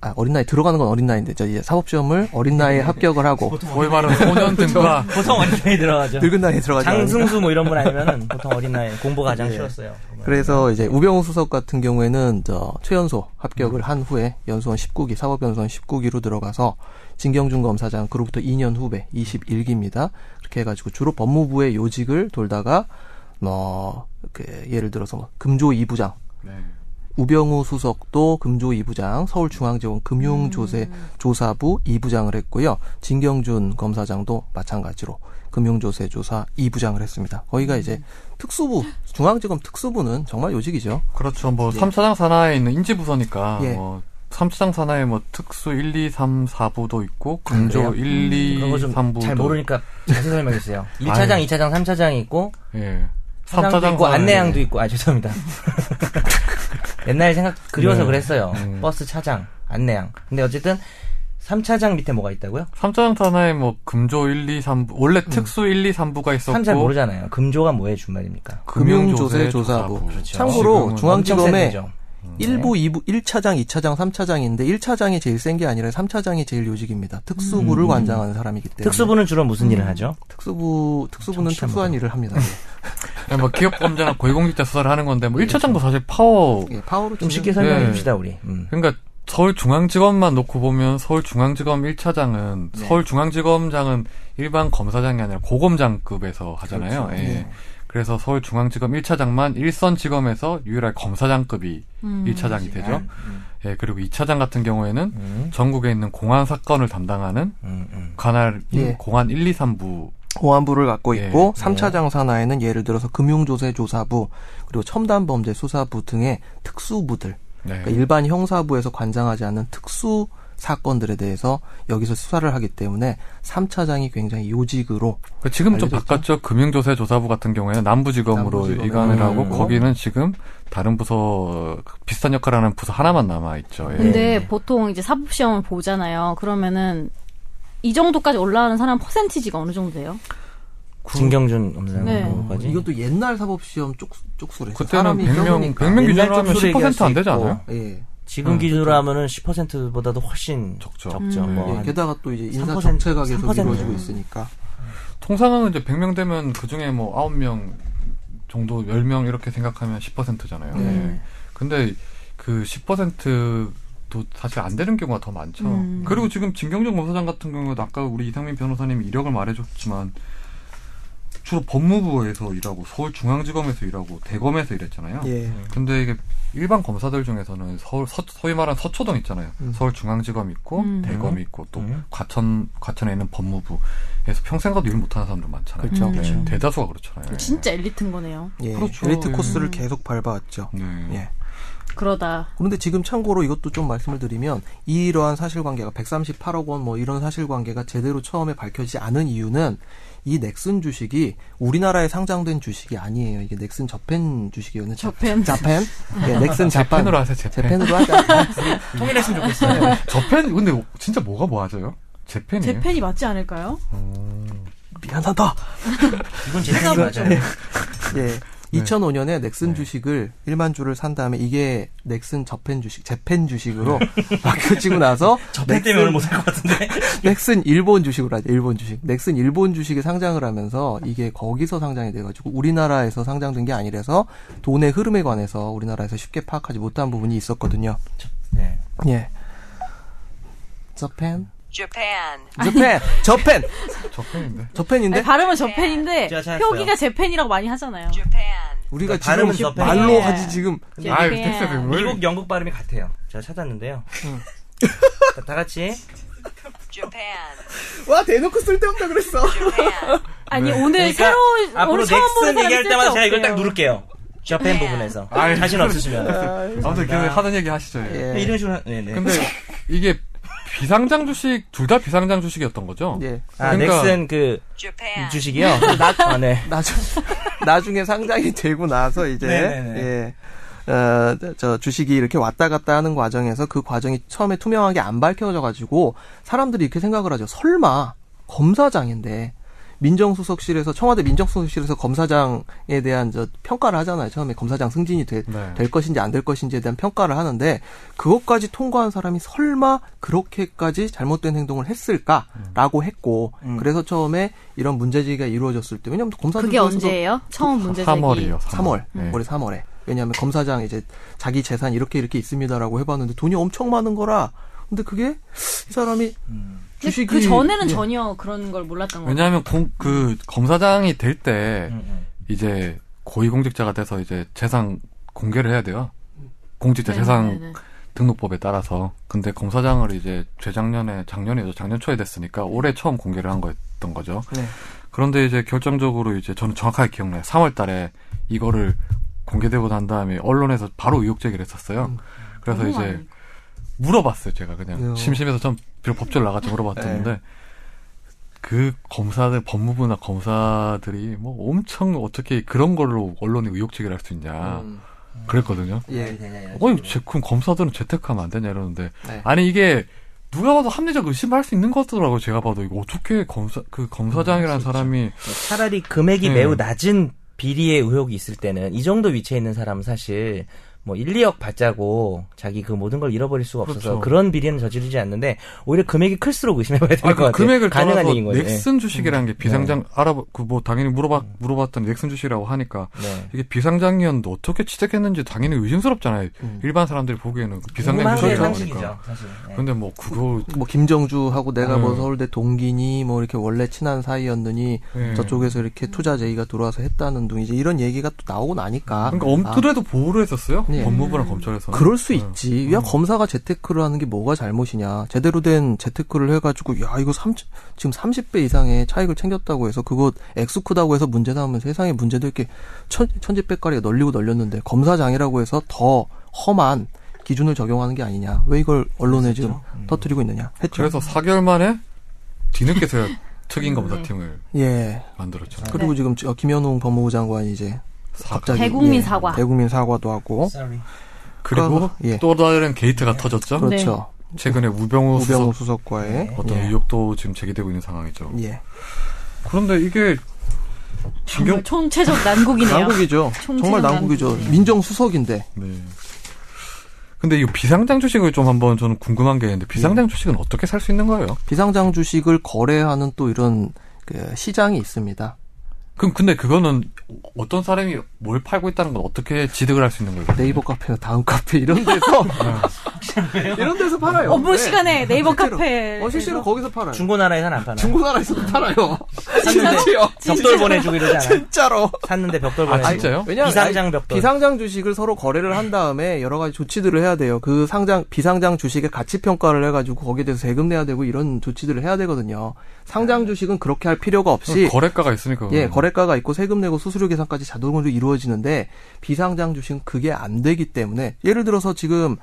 아 어린 나이 들어가는 건 어린 나이인데 저 이제 사법 시험을 어린
네.
나이에 합격을 하고
거의 말은 소년 등과
그렇죠.
보통 어린 나이
네,
들어가죠.
늙은 나이에 들어가지 않습니까?
장승수 뭐 이런 분 아니면은 보통 어린 나이 공부가 가장
아, 예.
쉬웠어요.
그래서 이제 우병우 수석 같은 경우에는 저 최연소 합격을 한 후에 연수원 19기 사법연수원 19기로 들어가서 진경준 검사장 그로부터 2년 후배 21기입니다. 그렇게 해가지고 주로 법무부의 요직을 돌다가 뭐그 예를 들어서 뭐 금조 2부장
네.
우병우 수석도 금조 2부장, 서울중앙지원 금융조세 조사부 2부장을 했고요. 진경준 검사장도 마찬가지로 금융조세 조사 2부장을 했습니다. 거기가 이제 특수부, 중앙지검 특수부는 정말 요직이죠.
그렇죠. 뭐
예.
삼 3차장 산하에 있는 인지부서니까
예.
뭐 3차장 산하에 뭐 특수 1, 2, 3, 4부도 있고 금조
그래요?
1, 2,
음, 그런 거 좀
3부도
잘 모르니까 자세히 설명해 주세요. 1차장, 2차장, 3차장이 있고
예.
사장도
3차장
있고
산하에-
안내양도 있고 아 죄송합니다. 옛날 생각 그리워서
네.
그랬어요.
음.
버스 차장, 안내양. 근데 어쨌든 3차장 밑에 뭐가 있다고요?
3차장 산하에 뭐 금조 1, 2, 3부 원래 특수 1, 2, 3부가 있었고
음. 3잘 모르잖아요. 금조가 뭐의 준말입니까? 아,
금융조세조사부. 그렇죠. 참고로
지금은
중앙지검에
엄청 센 데죠.
1부,
네.
2부, 1차장, 2차장, 3차장인데 1차장이 제일 센 게 아니라 3차장이 제일 요직입니다. 특수부를 관장하는 사람이기 때문에.
음. 특수부는 주로 무슨
음.
일을 하죠?
특수부, 특수부는
정치란
특수한 일을 합니다.
예, 뭐 기업 범죄나 고위공직자 수사를 하는 건데
그렇죠.
뭐 1차장도 사실 파워
예, 파워로
좀
치면-
쉽게 설명해
네.
줍시다 우리. 음.
그러니까 서울중앙지검만 놓고 보면 서울중앙지검 1차장은
네.
서울중앙지검장은 일반 검사장이 아니라 고검장급에서 하잖아요.
그렇죠.
예.
네.
그래서 서울중앙지검 1차장만 일선지검에서 유일하게 검사장급이
음.
1차장이 되죠.
음,
예, 그리고 2차장 같은 경우에는
음,
전국에 있는 공안 사건을 담당하는
그
음, 음.
관할
예.
공안 1, 2, 3부
보안부를 갖고
예,
있고 삼 3차장 산하에는 예를 들어서 금융조세조사부 그리고 첨단범죄수사부 등의 특수부들
네.
그러니까 일반 형사부에서 관장하지 않는 특수 사건들에 대해서 여기서 수사를 하기 때문에 3차장이 굉장히 요직으로
그 지금 좀
알려져
바꿨죠. 금융조세조사부 같은 경우에는 남부지검으로
남부지검에
이관을 하고
음.
거기는 지금 다른 부서 비슷한 역할을 하는 부서 하나만 남아 있죠.
네.
예.
근데
네.
보통 이제 사법 시험을 보잖아요. 그러면은 이 정도까지 올라가는 사람 퍼센티지가 어느 정도 돼요?
진경준 검사님 뭐
네.
까지
이것도 옛날 사법시험 쪽, 쪽수를 했어요.
그때는
사람이
100명,
적으니까.
100명
옛날
기준으로 하면
점수로
10%안
얘기할 수
되지
있고.
않아요?
예.
지금 기준으로 하면은 10%보다도 훨씬
적죠.
적죠.
음.
예,
뭐 한-
게다가 또 이제
3%,
인사 정체가 계속
3%.
이루어지고 있으니까
통상은 이제 100명 되면 그 중에 뭐 9명 정도,
네.
음,
10명 이렇게 생각하면 10%잖아요.
네.
근데 그 10% 또 사실 안 되는 경우가 더 많죠.
음.
그리고 지금 진경준 검사장 같은 경우도 아까 우리 이상민 변호사님이 이력을 말해줬지만 주로 법무부에서 일하고 서울중앙지검에서 일하고 대검에서 일했잖아요.
예.
근데 이게 일반 검사들 중에서는 서울 서, 소위 말하는 서초동 있잖아요.
음. 네.
서울중앙지검 있고
음.
대검 있고 또
음.
과천 과천에 있는 법무부에서 평생 가도 일 못하는 사람들 많잖아요.
그렇죠.
네,
그렇죠.
대다수가 그렇잖아요.
진짜 엘리트인 거네요.
예.
그렇죠.
엘리트
예.
코스를 계속 밟아왔죠.
네.
예.
그러다
그런데 지금 참고로 이것도 좀 말씀을 드리면 이러한 사실관계가 138억 원 뭐 이런 사실관계가 제대로 처음에 밝혀지지 않은 이유는 이 넥슨 주식이 우리나라에 상장된 주식이 아니에요. 이게 넥슨 저펜 주식이었는데 자-
저펜.
자펜 예, 넥슨 자판
재팬으로 하세요. 재팬.
재펜으로 하자.
통일했으면 좋겠어요.
저팬 근데 진짜 뭐가 모아져요? 재팬이에요.
제 팬이 맞지 않을까요?
음.
미안하다.
이건 제 생각 맞아요.
예.
네.
2005년에 넥슨
네.
주식을 1만 주를 산 다음에 이게 넥슨 저펜 주식, 재펜 주식으로 바뀌어지고 나서
저팬 때문에 오늘 못할 것 같은데.
넥슨 일본 주식으로 하죠. 일본 주식. 넥슨 일본 주식에 상장을 하면서 이게 거기서 상장이 돼가지고 우리나라에서 상장된 게 아니라서 돈의 흐름에 관해서 우리나라에서 쉽게 파악하지 못한 부분이 있었거든요.
네.
예. 저펜?
Japan.
저펜! 저펜!
저팬인데.
저펜인데?
아니, 발음은 저 팬인데
제가 찾았어요.
표기가 제 팬이라고 많이 하잖아요.
Japan.
우리가
발음은
지금
그러니까 저펜.
말로
예.
하지 지금.
제
아유,
팬.
텍사스 왜?
미국 영국 발음이 같아요. 제가 찾았는데요.
음.
다- 다 같이
Japan.
와, 대놓고 쓸데없다 그랬어.
Japan.
아니
네.
오늘
그러니까
새로운
앞으로
오늘 처음
넥슨
보는 사람
얘기할
쓸데
때마다 제가 이걸
없대요. 네.
딱 누를게요. 저팬 부분에서
아이,
자신 없으시면
아무튼 계속 하던 얘기 하시죠. 예.
예.
이런 식으로 하- 네네.
근데 이게 비상장 주식 둘 다 비상장 주식이었던 거죠?
예.
아
그러니까-
넥슨 그
네.
Japan.
주식이요. 아, 네.
나중 나중에 상장이 되고 나서 이제
네네네.
예. 어, 저 주식이 이렇게 왔다 갔다 하는 과정에서 그 과정이 처음에 투명하게 안 밝혀져 가지고 사람들이 이렇게 생각을 하죠. 설마 검사장인데 민정수석실에서 청와대 민정수석실에서 검사장에 대한 저 평가를 하잖아요. 처음에 검사장 승진이 되-
네.
될 것인지 안 될 것인지에 대한 평가를 하는데 그것까지 통과한 사람이 설마 그렇게까지 잘못된 행동을 했을까라고 했고
음.
그래서 처음에 이런 문제제기가 이루어졌을 때 왜냐하면 검사들
그게 언제예요? 처음 문제 제기.
3월이요.
3월,
음.
네.
올해 3월에. 왜냐하면 검사장 이제 자기 재산 이렇게 이렇게 있습니다라고 해봤는데 돈이 엄청 많은 거라. 근데 그게 이 사람이
음.
근데
주식이
그 전에는
예.
전혀 그런 걸 몰랐던 거예요.
왜냐하면 공, 그 검사장이 될 때
음, 음.
이제 고위공직자가 돼서 이제 재산 공개를 해야 돼요. 공직자
네,
재산
네, 네.
등록법에 따라서. 근데 검사장을 이제 재작년에 작년이죠. 작년 초에 됐으니까 올해 처음 공개를 한 거였던 거죠.
네.
그런데 이제 결정적으로 이제 저는 정확하게 기억나요. 3월 달에 이거를 공개되고 난 다음에 언론에서 바로 의혹 제기를 했었어요.
음.
그래서
너무
이제
많이. 네.
물어봤어요, 제가 그냥.
요.
심심해서 좀, 비록 법제를 나갔지 물어봤었는데, 그 검사들, 법무부나 검사들이 뭐 엄청 어떻게 그런 걸로 언론에 의혹 제기를 할 수 있냐.
음,
그랬거든요.
예.
어이, 제, 그럼 검사들은 재택하면 안 되냐 이러는데,
네.
아니 이게, 누가 봐도 합리적 의심할 수 있는 것더라고요, 제가 봐도. 이거 어떻게 검사, 그
음,
검사장이라는
그렇죠.
사람이,
차라리 금액이
네.
매우 낮은 비리의 의혹이 있을 때는 이 정도 위치에 있는 사람은 사실 뭐 1, 2억 받자고 자기 그 모든 걸 잃어버릴 수가 없어서
그렇죠.
그런 비리는 저지르지 않는데 오히려 금액이 클수록 의심해봐야 될
아,
것
그
같아요.
금액을
가능한
떠나서
얘기인 거예요. 음.
넥슨 주식이라는 게 비상장 알아보, 그뭐 당연히 물어봤, 물어봤던 넥슨 주식이라고 하니까,
네. 네.
이게 비상장이었는데 어떻게 취득했는지 당연히 의심스럽잖아요.
음.
일반 사람들이 보기에는 그
공방의
비상장 주식이라고
상식이죠,
하니까.
사실. 네.
근데 뭐 그거
뭐 김정주하고 내가 뭐
음.
서울대 동기니 뭐 이렇게 원래 친한 사이였느니
예.
저쪽에서 이렇게 투자 제의가 들어와서 했다는 둥 이제 이런 얘기가 또 나오고 나니까
그러니까 엄두라도 보호를 했었어요.
네.
예.
법무부랑
음.
검찰에서.
그럴 수
예.
있지. 야 검사가 재테크를 하는 게 뭐가 잘못이냐. 제대로 된 재테크를 해가지고 야 이거 삼 지금 30배 이상의 차익을 챙겼다고 해서 그거 액수 크다고 해서 문제 나오면 세상에 문제될 게 천, 천지백가리가 널리고 널렸는데 검사장이라고 해서 더 험한 기준을 적용하는 게 아니냐. 왜 이걸 언론에 지금 터뜨리고 있느냐. 했죠.
음. 그래서 4개월 만에 뒤늦게서야 특임
음.
검사팀을
예.
만들었죠.
그리고
네.
지금 저 김현웅 법무부 장관이 이제 갑자기
대국민
예,
사과.
대국민 사과도 하고
Sorry.
그리고
예.
또 다른 게이트가 터졌죠.
네.
그렇죠.
최근에 우병우
우병우
수석
수석과의
네. 어떤
예.
의혹도 지금 제기되고 있는 상황이죠.
예.
그런데 이게
정말
진경
총체적 난국이네요.
난국이죠.
총체적
정말 난국이죠.
난국이네.
민정수석인데.
네. 근데 이 비상장 주식을 좀 한번 저는 궁금한 게 있는데
예.
비상장 주식은 어떻게 살 수 있는 거예요?
비상장 주식을 거래하는 또 이런 그 시장이 있습니다.
그럼 근데 그거는 어떤
네.
사람이 뭘 팔고 있다는 건 어떻게 지득을 할 수 있는 거예요?
네이버 카페나 다음 카페 이런 데서 이런 데서 팔아요.
업무
네.
시간에 네. 네이버
실제로.
카페.
어, 실제로 거기서 팔아요.
중고나라에서는 안 팔아요.
중고나라에서도 팔아요.
네.
샀는데
진짜요?
벽돌 보내주고 이러지 않아요.
진짜로.
샀는데 벽돌
아,
보내주고.
진짜요?
왜냐면
비상장 벽돌.
비상장 주식을 서로 거래를 한 다음에 여러 가지 조치들을 해야 돼요. 그 상장 비상장 주식의 가치 평가를 해가지고 거기에 대해서 세금 내야 되고 이런 조치들을 해야 되거든요. 상장 주식은 그렇게 할 필요가 없이
네. 음, 거래가가 있으니까.
예 거래가가 있고 세금 내고 수수료 계산까지 자동으로 이루어지는데 비상장 주식은 그게 안 되기 때문에 예를 들어서 지금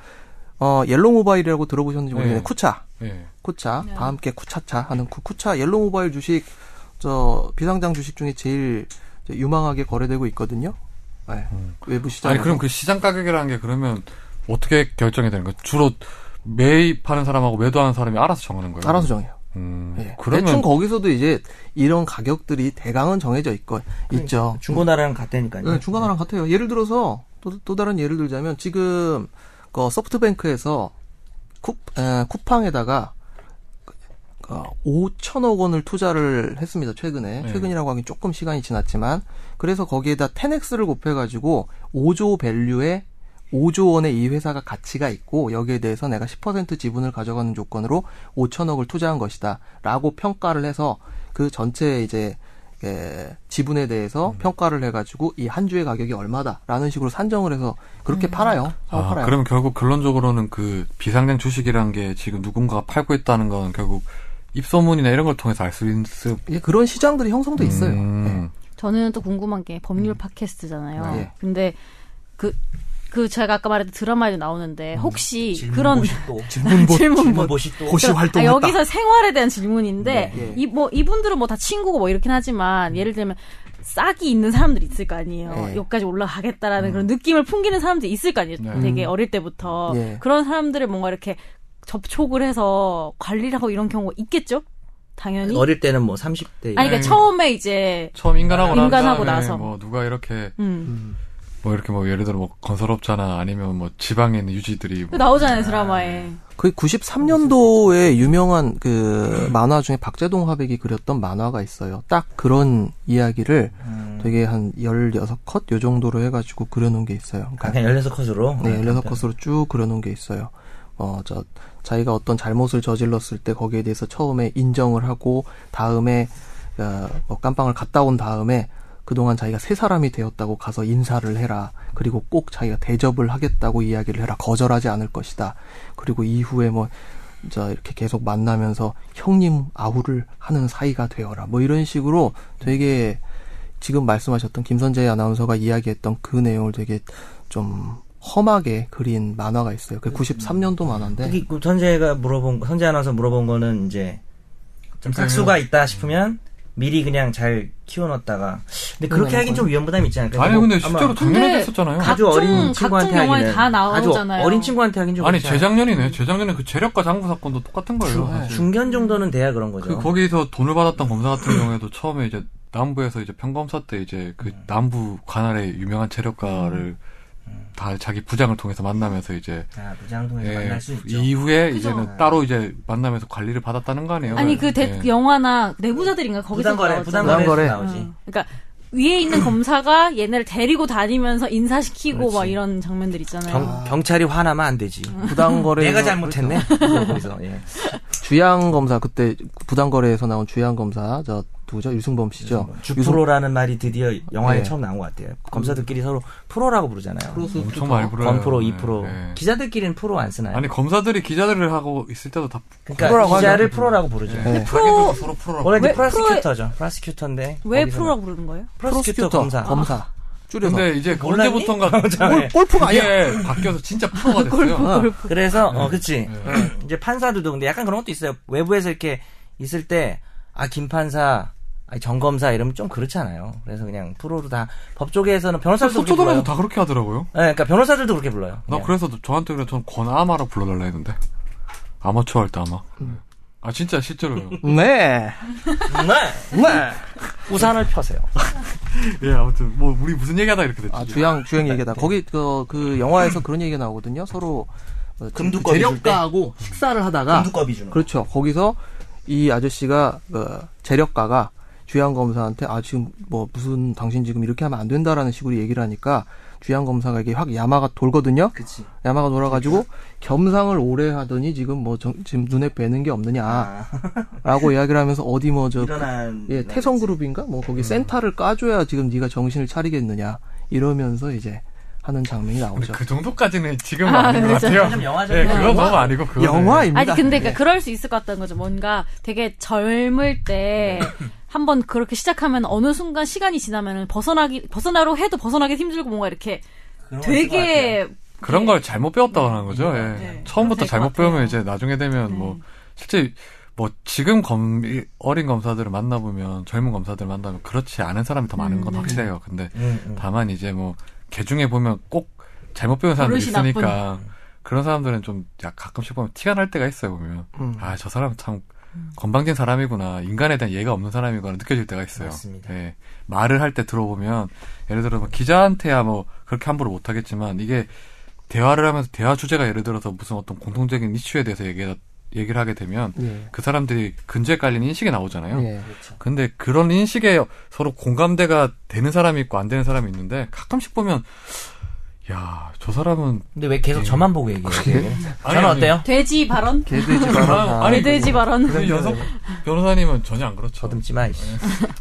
어 옐로 모바일이라고 들어보셨는지 모르겠는데
네.
쿠차
예.
쿠차
네.
다 함께 쿠차차 하는 그 쿠차 옐로 모바일 주식 저 비상장 주식 중에 제일 이제 유망하게 거래되고 있거든요. 네. 외부 시장.
아니 그럼 그 시장 가격이라는 게 그러면 어떻게 결정이 되는 거예요? 주로 매입하는 사람하고 매도하는 사람이 알아서 정하는 거예요?
알아서 정해요.
음,
예. 대충
그러면
거기서도 이제 이런 가격들이 대강은 정해져 있고 있죠.
그러니까 중고나라랑 같다니까요.
네, 중간화랑 같아요. 예를 들어서 또, 또 다른 예를 들자면 지금 그 소프트뱅크에서 쿠, 에, 쿠팡에다가 어, 5천억 원을 투자를 했습니다. 최근에
네.
최근이라고 하긴 조금 시간이 지났지만 그래서 거기에다 10x를 곱해가지고 5조 밸류에 5조 원의 이 회사가 가치가 있고 여기에 대해서 내가 10% 지분을 가져가는 조건으로 5천억을 투자한 것이다라고 평가를 해서 그 전체 이제 예, 지분에 대해서
음.
평가를 해가지고 이 한 주의 가격이 얼마다라는 식으로 산정을 해서 그렇게 팔아요. 사고
아,
팔아요.
그러면 결국 결론적으로는 그 비상장 주식이라는 게 지금 누군가가 팔고 있다는 건 결국 입소문이나 이런 걸 통해서 알 수 있는
예, 그런 시장들이 형성돼 있어요.
음.
저는 또 궁금한 게 법률
음.
팟캐스트잖아요.
네.
예.
근데 그, 그 제가 아까 말했던 드라마에도 나오는데 혹시
음. 질문
그런
보시 또.
질문
질문
질문 보시 또.
고시
그러니까
활동했다.
여기서 생활에 대한 질문인데
네.
이 뭐 이분들은 뭐 다 친구고 뭐 이렇긴 하지만 예를 들면 싹이 있는 사람들이 있을 거 아니에요.
네. 음.
여기까지 올라가겠다라는 그런 느낌을 풍기는 사람들이 있을 거 아니에요.
네.
되게 어릴 때부터
예.
그런 사람들을 뭔가 이렇게 접촉을 해서 관리를 하고 이런 경우가 있겠죠? 당연히.
어릴 때는 뭐 30대.
아니 그러니까
네.
처음에 이제
처음 인간하고,
인간하고
난 다음에
나서.
뭐 누가 이렇게
음.
뭐 이렇게 뭐 예를 들어 뭐 건설업자나 아니면 뭐 지방에 있는 유지들이 뭐
그 나오잖아요 드라마에.
그 93년도에 유명한 그 만화 중에 박재동 화백이 그렸던 만화가 있어요. 딱 그런 이야기를 되게 한 16컷? 요 정도로 해가지고 그려놓은 게 있어요. 그러니까
그냥 16컷으로. 어,
네, 16컷으로 쭉 그려놓은 게 있어요. 어, 저, 자기가 어떤 잘못을 저질렀을 때 거기에 대해서 처음에 인정을 하고, 다음에, 어, 뭐 깜빵을 갔다 온 다음에, 그동안 자기가 새 사람이 되었다고 가서 인사를 해라. 그리고 꼭 자기가 대접을 하겠다고 이야기를 해라. 거절하지 않을 것이다. 그리고 이후에 뭐, 자, 이렇게 계속 만나면서 형님 아우를 하는 사이가 되어라. 뭐 이런 식으로 되게 지금 말씀하셨던 김선재 아나운서가 이야기했던 그 내용을 되게 좀 험하게 그린 만화가 있어요. 그 93년도 만화인데.
특히 그 선재가 물어본 거- 선재 아나운서 물어본 거는 이제
음.
좀 삭수가 있다 싶으면 미리 그냥 잘 키워놨다가 근데
음.
그렇게 하긴 좀 위험 부담이 있지 않을까?
아니 근데
아마
실제로 작년에도
근데
했었잖아요.
가-
아주 어린
각종-
친구한테
각종 영화에
하기는
다 나오잖아요.
아주 어린 친구한테 하긴 좀 그렇죠.
아니
그렇지
재작년이네. 재작년에 그 재력가 장부 사건도 똑같은 거예요.
않아요?
네.
사실.
중견 정도는 돼야 그런 거죠.
그 거기서 돈을 받았던 검사 같은 경우에도 처음에 이제 남부에서 이제 평검사 때 이제 그 남부 관할의 유명한 재력가를 다 자기 부장을 통해서 만나면서 이제
아, 부장동에서
예,
만날 수 있죠.
이후에
그죠.
이제는 따로 이제 만나면서 관리를 받았다는 거 아니에요?
아니 그, 대-
예.
네.
그 영화나 내부자들인가 거기서
부당거래,
나왔잖아요.
부당거래.
부당거래
음.
나오지.
응. 그러니까 위에 있는 검사가 얘네를 데리고 다니면서 인사시키고
그렇지.
막 이런 장면들 있잖아요.
경, 경찰이 화나면 안 되지.
부당거래.
내가 잘못했네. 거기서 예.
주양 검사 그때 부당거래에서 나온 주양 검사 저 누구죠? 유승범 씨죠.
주프로라는 말이 드디어 영화에
네.
처음 나온 것 같아요. 검사들끼리 서로 프로라고 부르잖아요.
엄청 많이 불어요.
건프로, 이프로.
예.
기자들끼리는 프로 안 쓰나요?
아니 검사들이 기자들을 하고 있을 때도 다
그러니까
프로라고
기자를
하죠.
프로라고 부르죠.
예.
프로-
자기들도 서로 프로라고
원래
왜
프로스큐터죠. 프로스큐터인데
왜
거기서
프로라고 부르는 거예요?
프로스큐터 검사.
줄여서.
근데 이제
몰랐니?
언제부턴가
네.
골프가 아니야 예, 바뀌어서 진짜 프로가 됐어요.
그래서 어 그치 이제 판사들도 근데 약간 그런 것도 있어요. 외부에서 이렇게 있을 때 아 김판사 아니 정검사 이러면 좀 그렇잖아요. 그래서 그냥 프로로 다 법 쪽에서는 변호사들도 그렇게 불러요.
서초동에서 다 그렇게 하더라고요. 예.
네, 그러니까 변호사들도 그렇게 불러요.
나
그냥.
그래서 저한테 그래 전 권아마라고 불러달라 했는데 아마추어 할 때 아마 아 진짜 실제로요
네.
네.
네.
우산을 펴세요.
예 아무튼 뭐 우리 무슨 얘기하다 이렇게 됐지
아, 주양, 주양 얘기다.
네.
거기, 그, 그 영화에서 그런 얘기가 나오거든요. 서로. 어,
금두꺼비 줄 때?
재력가하고 식사를 하다가.
금두꺼비 주는 거.
그렇죠. 거기서 이 아저씨가, 그, 어, 재력가가 주양 검사한테 아 지금 뭐 무슨 당신 지금 이렇게 하면 안 된다라는 식으로 얘기를 하니까 주양 검사가 이게 확 야마가 돌거든요.
그치.
야마가 돌아가지고 겸상을 오래 하더니 지금 뭐 정- 지금 눈에 뵈는 게 없느냐라고
아,
이야기를 하면서 어디 뭐저
일어난.
예, 태성 그룹인가? 뭐 거기 센터를 까줘야 지금 네가 정신을 차리겠느냐 이러면서 이제 하는 장면이
근데
나오죠.
그 정도까지는 지금은 아닌 것 같아요.
좀 영화적인
예, 그건
영화?
너무 아니고 그거
영화입니다.
아니 근데
네.
그러니까
예.
그럴 수 있을 것 같다는 거죠. 뭔가 되게 젊을 때
네.
한번 그렇게 시작하면 어느 순간 시간이 지나면 벗어나기 벗어나로 해도 벗어나기 힘들고 뭔가 이렇게
그런 거 있을 것 같아요.
되게
그런 걸 잘못 배웠다고 하는 거죠. 예.
네.
처음부터
그럴 것
잘못
같아요. 네.
배우면 이제 나중에 되면 뭐 실제 뭐 지금 검 이- 어린 검사들을 만나보면 젊은 검사들 만나면 그렇지 않은 사람이 더 많은
음,
건
네.
확실해요. 근데
음, 음.
다만 이제 뭐 개중에 보면 꼭 잘못 배운 사람들
버릇이 나쁜.
있으니까 그런 사람들은 좀 약 가끔씩 보면 티가 날 때가 있어요 보면
음.
아 저 사람 참 건방진 사람이구나 인간에 대한 예가 없는 사람이구나 느껴질 때가 있어요.
맞습니다.
예. 말을 할 때 들어보면 예를 들어 뭐 기자한테야 뭐 그렇게 함부로 못 하겠지만 이게 대화를 하면서 대화 주제가 예를 들어서 무슨 어떤 공통적인 이슈에 대해서 얘기 얘기를 하게 되면
예.
그 사람들이 근저에 깔린 인식이 나오잖아요.
예.
그렇죠.
근데 그런 인식에 서로 공감대가 되는 사람이 있고 안 되는 사람이 있는데 가끔씩 보면 야 저 사람은
근데 왜 계속 저만 보고 얘기해요? 되게?
아니,
저는
아니.
어때요?
돼지 발언,
개돼지
아, 아니,
발언.
돼지 발언.
그 연석 변호사님은 전혀 안 그렇죠.
더듬지 마. 이씨.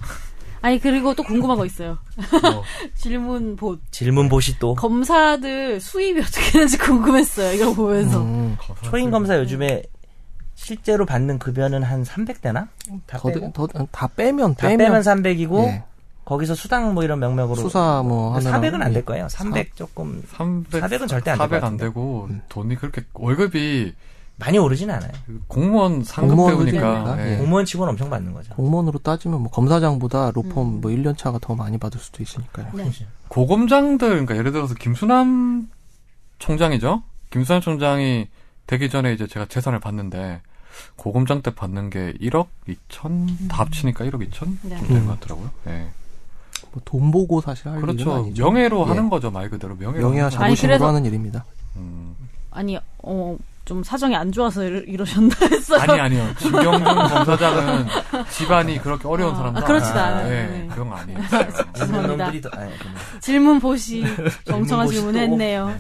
아니 그리고 또 궁금한 거 있어요.
뭐.
질문 봇
질문 보시 또.
검사들 수입이 어떻게 되는지 궁금했어요. 이걸 보면서
음,
검사-
초임 검사 요즘에 실제로 받는 급여는 한 300대나? 다
더,
빼고?
더, 다 빼면
다
빼면,
빼면 300이고
예.
거기서 수당 뭐 이런 명맥으로
수사 뭐 하는
400은 안 될 거예요. 300 조금
300,
400은 절대 안
400
될것
안 되고 돈이 그렇게 월급이
많이 오르진 않아요.
그 공무원 상급
공무원
배우니까
수준이니까,
예.
예.
공무원 치고는 엄청 받는 거죠.
공무원으로 따지면 뭐 검사장보다
음.
로펌 뭐 1년 차가 더 많이 받을 수도 있으니까요.
네.
고검장들 그러니까 예를 들어서 김수남 총장이죠. 김수남 총장이 되기 전에 이제 제가 재산을 봤는데 고검장 때 받는 게 1억 2천 다 합치니까 1억 2천
음. 네.
정도 되는
음.
것 같더라고요. 예.
뭐 돈 보고 사실 할 일은
그렇죠.
아니죠.
명예로
예.
하는 거죠 말 그대로 명예로.
명예와
하는 거죠.
자부심으로
그래서-
하는 일입니다.
음.
아니 어. 좀 사정이 안 좋아서 이러- 이러셨나 했어요.
아니 아니요. 진경준 검사장은 집안이 그렇게 어려운
아,
사람도
아, 그렇진
아니에요.
않아요.
예,
네.
그런 거 아니에요.
있는
죄송합니다.
놈들이 더 아니, 그냥
질문 보시 멍청한
보시 또.
질문했네요.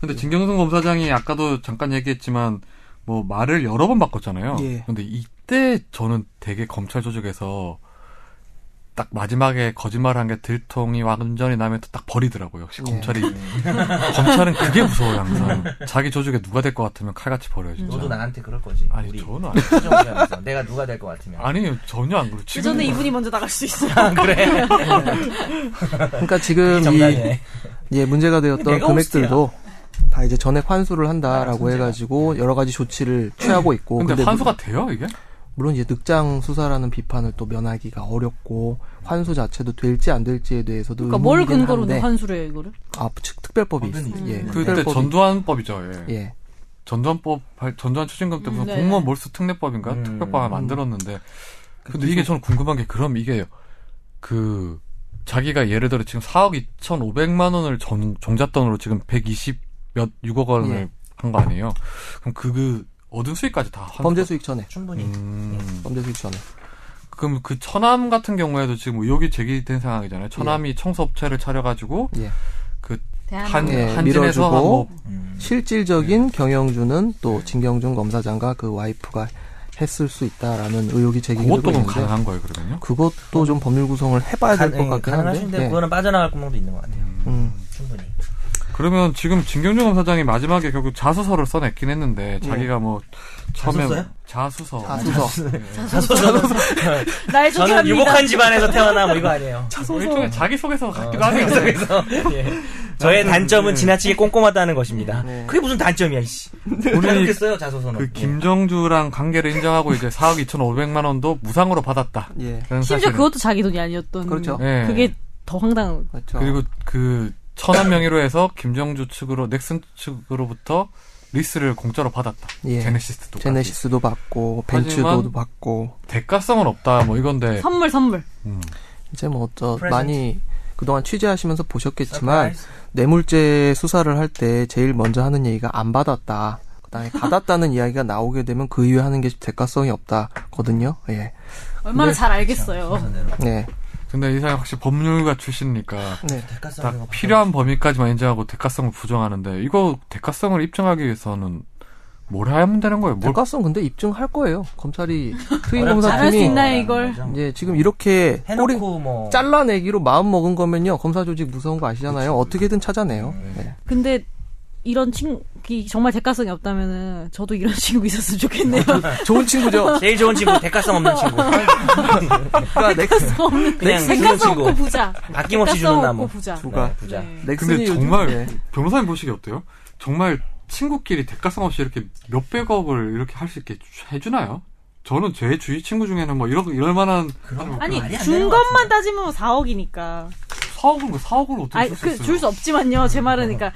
근데 진경순 검사장이 아까도 잠깐 얘기했지만 뭐 말을 여러 번 바꿨잖아요.
예.
근데 이때 저는 되게 검찰 조직에서 딱 마지막에 거짓말한 게 들통이 완전히 나면서 딱 버리더라고요. 역시
예.
검찰이 검찰은 그게 무서워요 항상. 자기 조직에 누가 될 것 같으면 칼같이 버려요 진짜.
너도 음. 나한테 그럴 거지.
아니
우리
저는 아니,
수정하면서 내가 누가 될 것 같으면.
아니 전혀 안 그래요.
그
지금
전에 이분이 먼저 나갈 수
음,
있어요.
아, 그래. 음.
그러니까 지금 이
정답이네.
예, 문제가 되었던
내가
금액들도 다 이제 전액 환수를 한다라고
아,
해가지고 여러 가지 조치를 취하고 있고
근데
물-
환수가 돼요 이게?
물론 이제 늑장 수사라는 비판을 또 면하기가 어렵고 환수 자체도 될지 안 될지에 대해서도
그러니까 뭘
의문이긴
근거로
한데,
환수를 해요 이거를?
아 즉, 특별법이
법은
있습니다. 예,
있어요.
그때
특별법이-
전두환법이죠. 예.
예.
전두환법 발- 전두환 추징금 때
음,
무슨
네.
공무원 몰수 특례법인가
음.
특별법 하나 만들었는데 근데 이게 저는 궁금한 게 그럼 이게 그 자기가 예를 들어 지금 4억 2,500만 원을 전, 종잣돈으로 지금 120몇 6억 원을
예.
한 거 아니에요? 그럼 그, 그 얻은 수익까지 다 환-
범죄 수익 전에
충분히.
음,
범죄 수익 전에
그럼 그 천암 같은 경우에도 지금 의혹이 제기된 상황이잖아요. 천암이 청소업체를 차려가지고
예.
네.
한
예,
한진에서
밀어주고.
한뭐
음.
실질적인 경영주는 또 진경준 검사장과 그 와이프가 했을 수 있다라는 의혹이 제기되고
그것도 그럼
있는데
가능한 거예요 그러면요?
그것도 좀 법률 구성을 해봐야 될 것
가능,
같긴 한데
가능하신데
예.
그거는 빠져나갈 구멍도 있는 것 같아요.
음.
충분히.
그러면 지금 진경준 검사장이 마지막에 결국 자수서를 써냈긴 했는데 자기가 뭐 처음에
자수서요?
자수서
자수서
자소서. 저는
날 소개합니다.
유복한 집안에서 태어나 뭐 이거 아니에요.
일종의 자기 소개서 같기도 하네요.
그래서 저의 단점은 지나치게 꼼꼼하다는 것입니다.
네.
그게 무슨 단점이야, 이씨.
우리
모르겠어요, 자소서는.
그 김정주랑 관계를 인정하고 이제 4억 2,500만 원도 무상으로 받았다.
예
그런
심지어
사실은.
그것도 자기 돈이 아니었던.
그렇죠.
네.
예.
그게 더 황당한.
그렇죠
그리고 그 천안 명의로 해서 김정주 측으로 넥슨 측으로부터 리스를 공짜로 받았다.
예.
제네시스도
제네시스도 받고 벤츠도
하지만-
받고
대가성은 없다. 뭐
네.
이건데
선물 선물.
이제 뭐 저
프레젠트.
많이 그동안 취재하시면서 보셨겠지만 뇌물죄 수사를 할 때 제일 먼저 하는 얘기가 안 받았다. 가닿았다. 이 가닿다는 이야기가 나오게 되면 그 이외 하는 게 대가성이 없다거든요. 예.
얼마나 잘 알겠어요.
네.
근데 이사님 확실히 법률가 출신이니까
네.
딱 필요한 범위까지만 인정하고 대가성을 부정하는데 이거 대가성을 입증하기 위해서는 뭘 하면 되는 거예요? 뭘
대가성 근데 입증할 거예요. 검찰이
인
특임
잘할 수
검사팀이
있나요? 이걸?
이제 지금 이렇게 꼬리
해놓고 뭐
잘라내기로 마음 먹은 거면요. 검사 조직 무서운 거
그렇죠.
아시잖아요. 어떻게든 찾아내요. 네.
근데 이런 친구 정말 대가성이 없다면은 저도 이런 친구 있었으면 좋겠네요.
아,
좋은 친구죠.
제일 좋은 친구 대가성 없는 친구
그러니까 넥-
대가성 없는
그냥 주는
네, 대가성
친구
없고 부자.
아낌없이 주는
대가성
나무
없고 부자.
부가.
네, 부자
네.
넥슨이
근데
요즘-
정말
예.
변호사님 보시기 어때요? 정말 친구끼리 대가성 없이 이렇게 몇백억을 이렇게 할 수 있게 주- 해주나요? 저는 제 주위 친구 중에는 뭐 이런 이럴 만한 뭐
아니
말이 안
준
되는 것 같은데.
것만 따지면 뭐 4억이니까.
사억을 뭐 사억을 어떻게
아니
줄수 있어요?
그줄 수 없지만요. 제 말은
어,
그러니까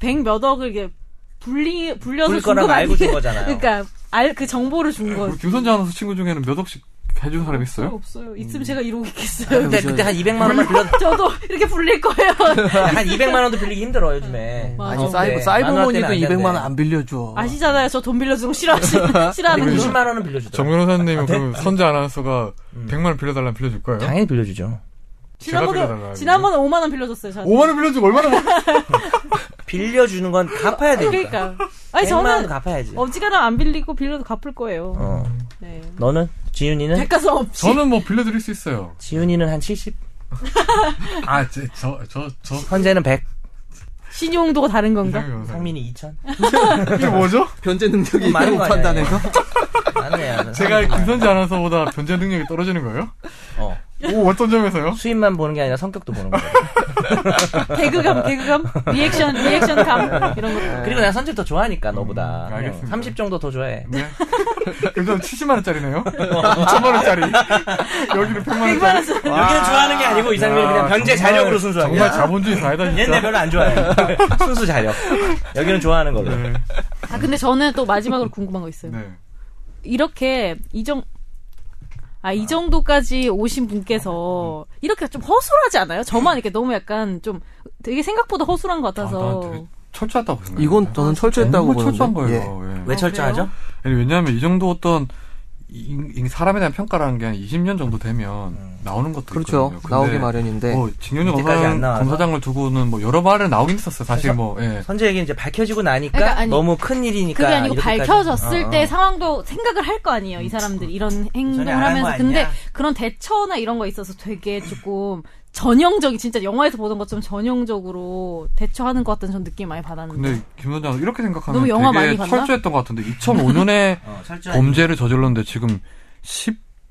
100몇 억을 이게 불리 불려서
불
준
거라고
거
알고 준
아니에요.
거잖아요
그러니까 알 그 정보를 준 거.
우리 김선재 아나운서 친구 중에는 몇 억씩 해준 사람 있어요?
없어요. 있으면 제가 이러고 있겠어요.
그때, 그때 한 음. 200만 원만 빌려
저도 이렇게 불릴 거예요.
한 200만 원도 빌리기 힘들어 요즘에
맞아.
아니
어,
사이버
네. 만
사이버머니도
원대는 안
200만 원
된대.
안 빌려줘.
아시잖아요. 저 돈 빌려주는 거 싫어하시,
근데
싫어하는 거.
어. 90만 원은 빌려주더라
정 변호사님 그럼 선재 아나운서가 100만 원 빌려달라면 빌려줄 거예요?
당연히 빌려주죠
빌려달라는
지난번에,
거예요?
지난번에 5만원 빌려줬어요. 저한테.
5만 원 빌려주고 얼마나 벌-
빌려주는 건 갚아야 되니까
그러니까. 아니,
100만 원도
저는
갚아야지
어지간하면 안 빌리고 빌려도 갚을 거예요.
어.
네.
너는? 지윤이는?
대가성 없이.
저는 뭐 빌려드릴 수 있어요.
지윤이는 한 70?
아저저저저
현재는 100?
신용도가 다른 건가?
이상민
상민이 2000?
이게 뭐죠?
변제 능력이
많은
있다고
거 아니야,
판단해서
맞네요
제가 김선재 아나운서보다 변제 능력이 떨어지는 거예요?
어.
오 어떤 점에서요?
수입만 보는 게 아니라 성격도 보는 거야
개그감, 개그감, 리액션, 리액션감 이런 거.
그리고 내가 선질 더 좋아하니까 너보다
음, 알겠습니다.
30 정도 더 좋아해
네. 요즘 70만 원짜리네요. 2천만 원짜리. 여기는 100만 원짜리.
여기는 좋아하는 게 아니고 이상민은 그냥 변제 자력으로 순수하게
정말 자본주의 사이다 진짜.
얘네 별로 안 좋아해 순수 자력 여기는 좋아하는 걸로
네.
아, 근데 저는 또 마지막으로 궁금한 거 있어요.
네.
아,
이렇게 이정 아, 이 정도까지 오신 분께서
음.
이렇게 좀 허술하지 않아요? 저만 이렇게 너무 약간 좀 되게 생각보다 허술한 것
아,
같아서.
난 되게 철저하다고 생각.
이건 저는 철저했다고
정말
보는데.
아, 철저한
예.
거예요. 예.
왜 철저하죠?
아니, 왜냐하면 이 정도 어떤 이- 이 사람에 대한 평가라는 게 한 20년 정도 되면 나오는 것도
그렇죠. 네.
있거든요. 근데
나오기 마련인데.
뭐 징용이
이때까지 안 나와서?
검사장을 두고는 뭐 여러 말을 나오긴 했었어요. 사실 뭐 예.
선재 얘기는 이제 밝혀지고 나니까
그러니까 아니,
너무 큰 일이니까
그게 아니고
이렇게까지-
밝혀졌을
어, 음, 어.
때 상황도 생각을 할 거 아니에요. 이 사람들 이런 행동을
안한거
하면서
아니야?
근데 그런 대처나 이런 거 있어서 되게 조금 전형적인 진짜 영화에서 보던 것처럼 전형적으로 대처하는 것 같은 전 느낌 많이 받았는데
근데 김원장 이렇게 생각하면
너무 영화 많이
되게
봤나?
철저했던 것 같은데 2005년에
어, 철저한
범죄를 저질렀는데 지금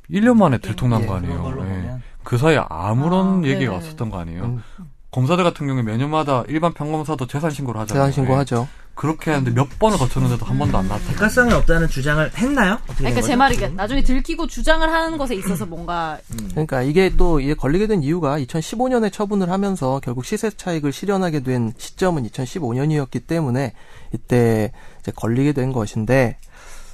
11년 만에 들통난
예,
거
그런
아니에요.
걸로
예.
보면.
그 사이에 아무런
아,
얘기가
네.
없었던 거 아니에요.
음.
검사들 같은 경우에 매년마다 일반 평검사도 재산 신고를 하잖아요.
재산
예.
신고하죠.
그렇게 하는데 몇 번을 거쳤는데도 한 번도 안 나왔다.
대가성이 없다는 주장을 했나요? 어떻게 된
그러니까
거죠?
제 말이 나중에 들키고 주장을 하는 것에 있어서 뭔가
음,
그러니까 이게 또 이게 걸리게 된 이유가 2015년에 처분을 하면서 결국 시세 차익을 실현하게 된 시점은 2015년이었기 때문에 이때 이제 걸리게 된 것인데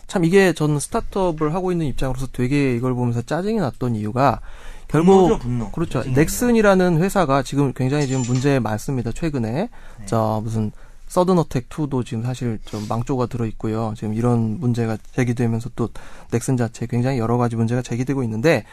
참 이게 저는 스타트업을 하고 있는 입장으로서 되게 이걸 보면서 짜증이 났던 이유가 결국
분노죠, 분노.
그렇죠.
짜증이
넥슨이라는 회사가 지금 굉장히 지금 문제 많습니다. 최근에 저 무슨 서든어택 2도 지금 사실 좀 망조가 들어 있고요. 지금 이런 문제가 제기되면서 또 넥슨 자체 굉장히 여러 가지 문제가 제기되고 있는데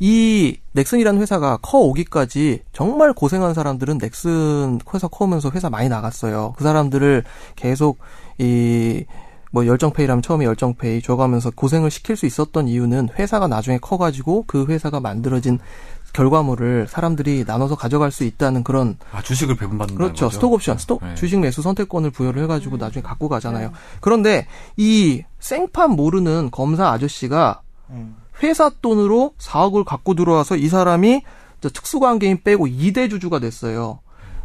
이 넥슨이라는 회사가 커 오기까지 정말 고생한 사람들은 넥슨 회사 커오면서 회사 많이 나갔어요. 그 사람들을 계속 이 뭐 열정페이라면 처음에 열정페이 줘가면서 고생을 시킬 수 있었던 이유는 회사가 나중에 커가지고 그 회사가 만들어진 결과물을 사람들이 나눠서 가져갈 수 있다는 그런
아 주식을 배분받는다.
그렇죠. 스톡옵션, 스톡
네.
주식 매수 선택권을 부여를 해가지고 나중에 갖고 가잖아요. 그런데 이 생판 모르는 검사 아저씨가 회사 돈으로 4억을 갖고 들어와서 이 사람이 저 특수관계인 빼고 2대 주주가 됐어요.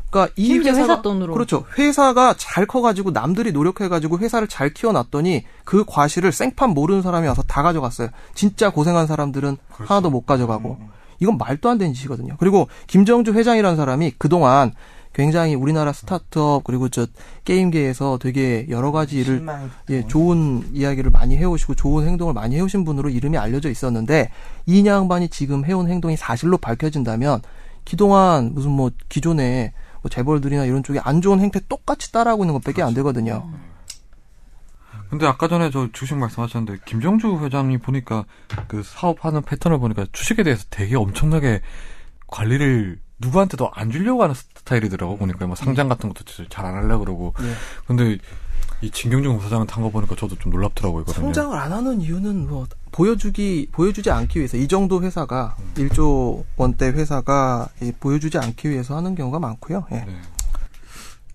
그러니까 이
심지어
회사가,
회사 돈으로.
그렇죠. 회사가 잘 커가지고 남들이 노력해가지고 회사를 잘 키워놨더니 그 과실을 생판 모르는 사람이 와서 다 가져갔어요. 진짜 고생한 사람들은 하나도 못 가져가고 이건 말도 안 되는 짓이거든요. 그리고 김정주 회장이라는 사람이 그동안 굉장히 우리나라 스타트업 그리고 저 게임계에서 되게 여러 가지 일을
실망이
예, 좋은 이야기를 많이 해오시고 좋은 행동을 많이 해오신 분으로 이름이 알려져 있었는데 이 양반이 지금 해온 행동이 사실로 밝혀진다면 그동안 무슨 뭐 기존에 뭐 재벌들이나 이런 쪽에 안 좋은 행태 똑같이 따라하고 있는 것밖에 안 되거든요.
근데 아까 전에 저 주식 말씀하셨는데 김정주 회장이 보니까 그 사업하는 패턴을 보니까 주식에 대해서 되게 엄청나게 관리를 누구한테도 안 주려고 하는 스타일이더라고 보니까 뭐 상장 같은 것도 잘 안 하려고 그러고 근데 이 진경준 사장은 탄 거 보니까 저도 좀 놀랍더라고요. 이거든요.
성장을 안 하는 이유는 뭐 보여주기 보여주지 않기 위해서 이 정도 회사가 1조 원대 회사가 이 보여주지 않기 위해서 하는 경우가 많고요. 예.
네.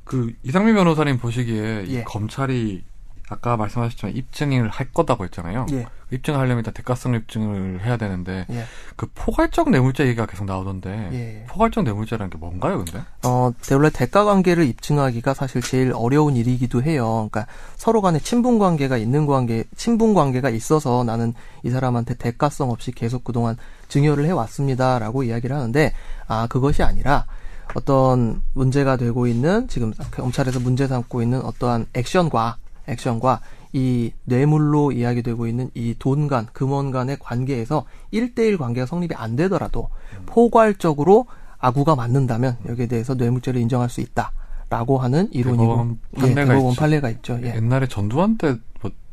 그 이상민 변호사님 보시기에 이
예.
검찰이 아까 말씀하셨지만 입증을 할 거다고 했잖아요.
예.
입증하려면 일단 대가성 입증을 해야 되는데
예.
그 포괄적 뇌물죄 얘기가 계속 나오던데
예.
포괄적 뇌물죄라는 게 뭔가요, 근데?
어, 원래 대가 관계를 입증하기가 사실 제일 어려운 일이기도 해요. 그러니까 서로 간에 친분 관계가 있는 관계, 친분 관계가 있어서 나는 이 사람한테 대가성 없이 계속 그동안 증여를 해왔습니다라고 이야기를 하는데, 아, 그것이 아니라 어떤 문제가 되고 있는 지금 검찰에서 문제 삼고 있는 어떠한 액션과, 액션과 이 뇌물로 이야기되고 있는 이 돈 간, 금원 간의 관계에서 일대일 관계가 성립이 안 되더라도 포괄적으로 아구가 맞는다면 여기에 대해서 뇌물죄를 인정할 수 있다라고 하는 이론이고
대법원 판례가
예, 대법원
있죠.
판례가 있죠. 예.
옛날에 전두환 때뭐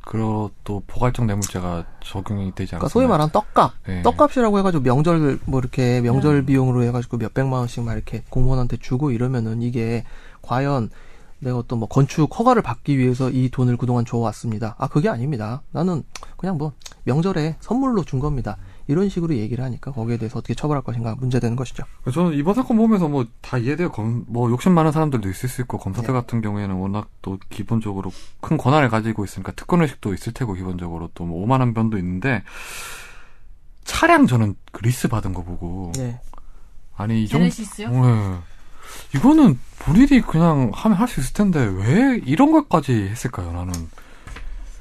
그런 또 포괄적 뇌물죄가 적용이 되지 않았나요?
그러니까 소위 말하는 떡값,
예.
떡값이라고 해가지고 명절 뭐 이렇게 명절 비용으로 해가지고 몇 백만 원씩 막 이렇게 공무원한테 주고 이러면은 이게 과연 내가 어떤 뭐 건축 허가를 받기 위해서 이 돈을 그동안 줘왔습니다. 아 그게 아닙니다. 나는 그냥 뭐 명절에 선물로 준 겁니다. 이런 식으로 얘기를 하니까 거기에 대해서 어떻게 처벌할 것인가 문제되는 것이죠.
저는 이번 사건 보면서 뭐 다 이해돼요. 검, 뭐 욕심 많은 사람들도 있을 수 있고
네.
검사들 같은 경우에는 워낙 또 기본적으로 큰 권한을 가지고 있으니까 특권 의식도 있을 테고 기본적으로 또뭐 오만한 변도 있는데 차량 저는 그 리스 받은 거 보고
예.
아니 이 정도
제네시스요?
예. 이거는 본인이 그냥 하면 할 수 있을 텐데 왜 이런 것까지 했을까요? 나는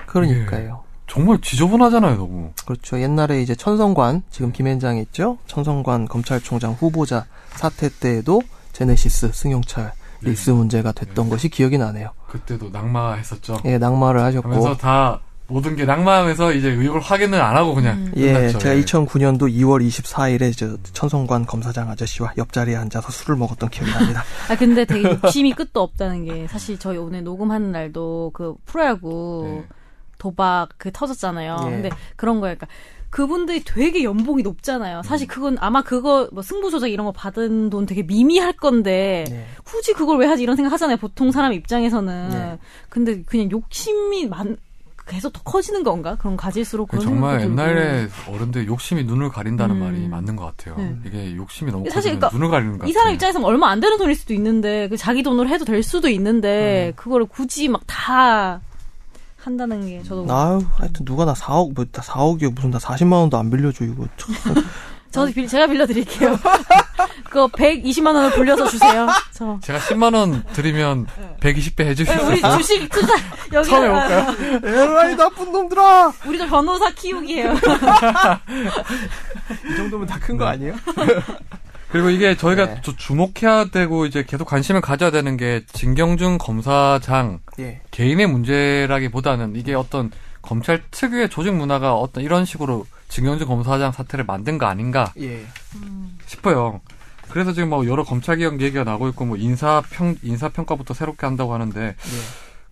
그러니까요.
정말 지저분하잖아요, 너무.
그렇죠. 옛날에 이제 천성관 지금 김현장에 있죠. 천성관 검찰총장 후보자 사태 때에도 제네시스 승용차 리스 문제가 됐던 것이 기억이 나네요.
그때도 낙마했었죠.
예, 낙마를 하셨고.
하면서 다 모든 게 낙마하면서 이제 의혹을 확인을 안 하고 그냥
음.
예,
끝났죠.
제가
예.
2009년도 2월 24일에 저 천성관 검사장 아저씨와 옆자리에 앉아서 술을 먹었던 기억이 납니다.
아 근데 되게 욕심이 끝도 없다는 게 사실 저희 오늘 녹음하는 날도 그 프로야구
예.
도박 그 터졌잖아요.
네.
예.
근데 그런 거예요. 그러니까 그분들이 되게 연봉이 높잖아요.
음.
사실 그건 아마 그거 뭐 승부 조작 이런 거 받은 돈 되게 미미할 건데
네.
예.
굳이 그걸 왜 하지 이런 생각 하잖아요. 보통 사람 입장에서는.
네.
근데 그냥 욕심이 많 계속 더 커지는 건가? 그럼 가질수록
그
그런
정말
생각도 들고.
옛날에 어른들 욕심이 눈을 가린다는
음.
말이 맞는 것 같아요.
네.
이게 욕심이 너무 커지면
사실 그러니까
눈을 가리는 것
이 사람
같아요.
입장에서는 얼마 안 되는 돈일 수도 있는데 그 자기 돈으로 해도 될 수도
네.
있는데 그거를 굳이 막 다 한다는 게 저도
아유, 하여튼 누가 나 4억, 뭐, 다 4억이요. 무슨 나 40만 원도 안 빌려줘, 이거. 참.
저도 빌- 제가 빌려드릴게요. 그거 120만 원을 불려서 주세요. 저
제가 10만 원 드리면 120배 해주실
네,
수
우리
있어요.
주식 투자 여기
처음 해볼까요?
아. 에라이 나쁜 놈들아!
우리도 변호사 키우기예요.
이 정도면 다 큰 거 아니에요?
그리고 이게 저희가
네.
또 주목해야 되고 이제 계속 관심을 가져야 되는 게 진경준 검사장
예.
개인의 문제라기보다는 이게 어떤 검찰 특유의 조직 문화가 어떤 이런 식으로 진경준 검사장 사태를 만든 거 아닌가
예.
싶어요. 그래서 지금 뭐 여러 검찰개혁 얘기가 나오고 있고 뭐 인사평 인사평가부터 새롭게 한다고 하는데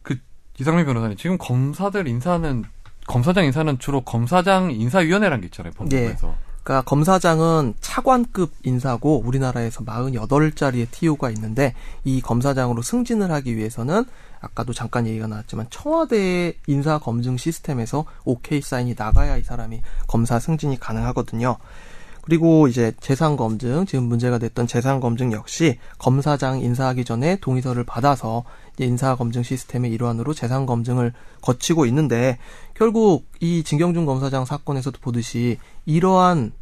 그 이상민 변호사님 지금 검사들 인사는 검사장 인사는 주로 검사장 인사위원회라는 게 있잖아요 법무부에서
그러니까 검사장은 차관급 인사고 우리나라에서 48자리의 TO가 있는데 이 검사장으로 승진을 하기 위해서는 아까도 잠깐 얘기가 나왔지만 청와대의 인사 검증 시스템에서 OK 사인이 나가야 이 사람이 검사 승진이 가능하거든요. 그리고 이제 재산 검증 지금 문제가 됐던 재산 검증 역시 검사장 인사하기 전에 동의서를 받아서 인사 검증 시스템의 일환으로 재산 검증을 거치고 있는데 결국 이 진경준 검사장 사건에서도 보듯이 이러한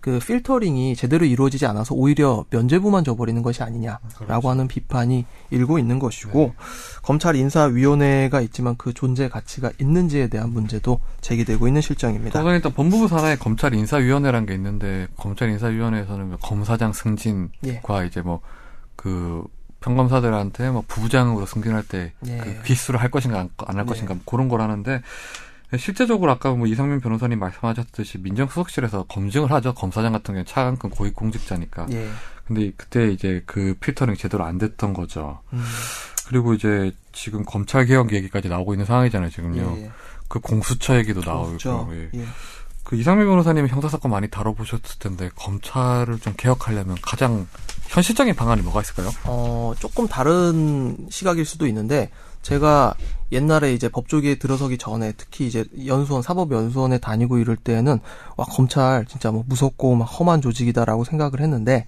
그 필터링이 제대로 이루어지지 않아서 오히려 면죄부만 줘버리는 것이 아니냐라고 하는 비판이 일고 있는 것이고 검찰 인사위원회가 있지만 그 존재 가치가 있는지에 대한 문제도 제기되고 있는 실정입니다.
저는 일단 법무부 산하에 검찰 인사위원회라는 게 있는데 검찰 인사위원회에서는 뭐 검사장 승진과
예.
이제 뭐 그 평검사들한테 뭐 부부장으로 승진할 때
예.
그 귀수를 할 것인가 안 할
네.
것인가 뭐 그런 걸 하는데 실제적으로 아까 뭐 이상민 변호사님 말씀하셨듯이 민정수석실에서 검증을 하죠 검사장 같은 경우 는 차관급 고위공직자니까
예.
근데 그때 이제 그 필터링 제대로 안 됐던 거죠.
음.
그리고 이제 지금 검찰 개혁 얘기까지 나오고 있는 상황이잖아요, 지금요.
예, 예.
그 공수처 얘기도 나오고.
그렇죠.
예.
예.
그 이상민 변호사님이 형사사건 많이 다뤄보셨을 텐데, 검찰을 좀 개혁하려면 가장 현실적인 방안이 뭐가 있을까요?
어, 조금 다른 시각일 수도 있는데, 제가 옛날에 이제 법조계에 들어서기 전에, 특히 이제 연수원, 사법연수원에 다니고 이럴 때는, 와, 검찰 진짜 뭐 무섭고 막 험한 조직이다라고 생각을 했는데,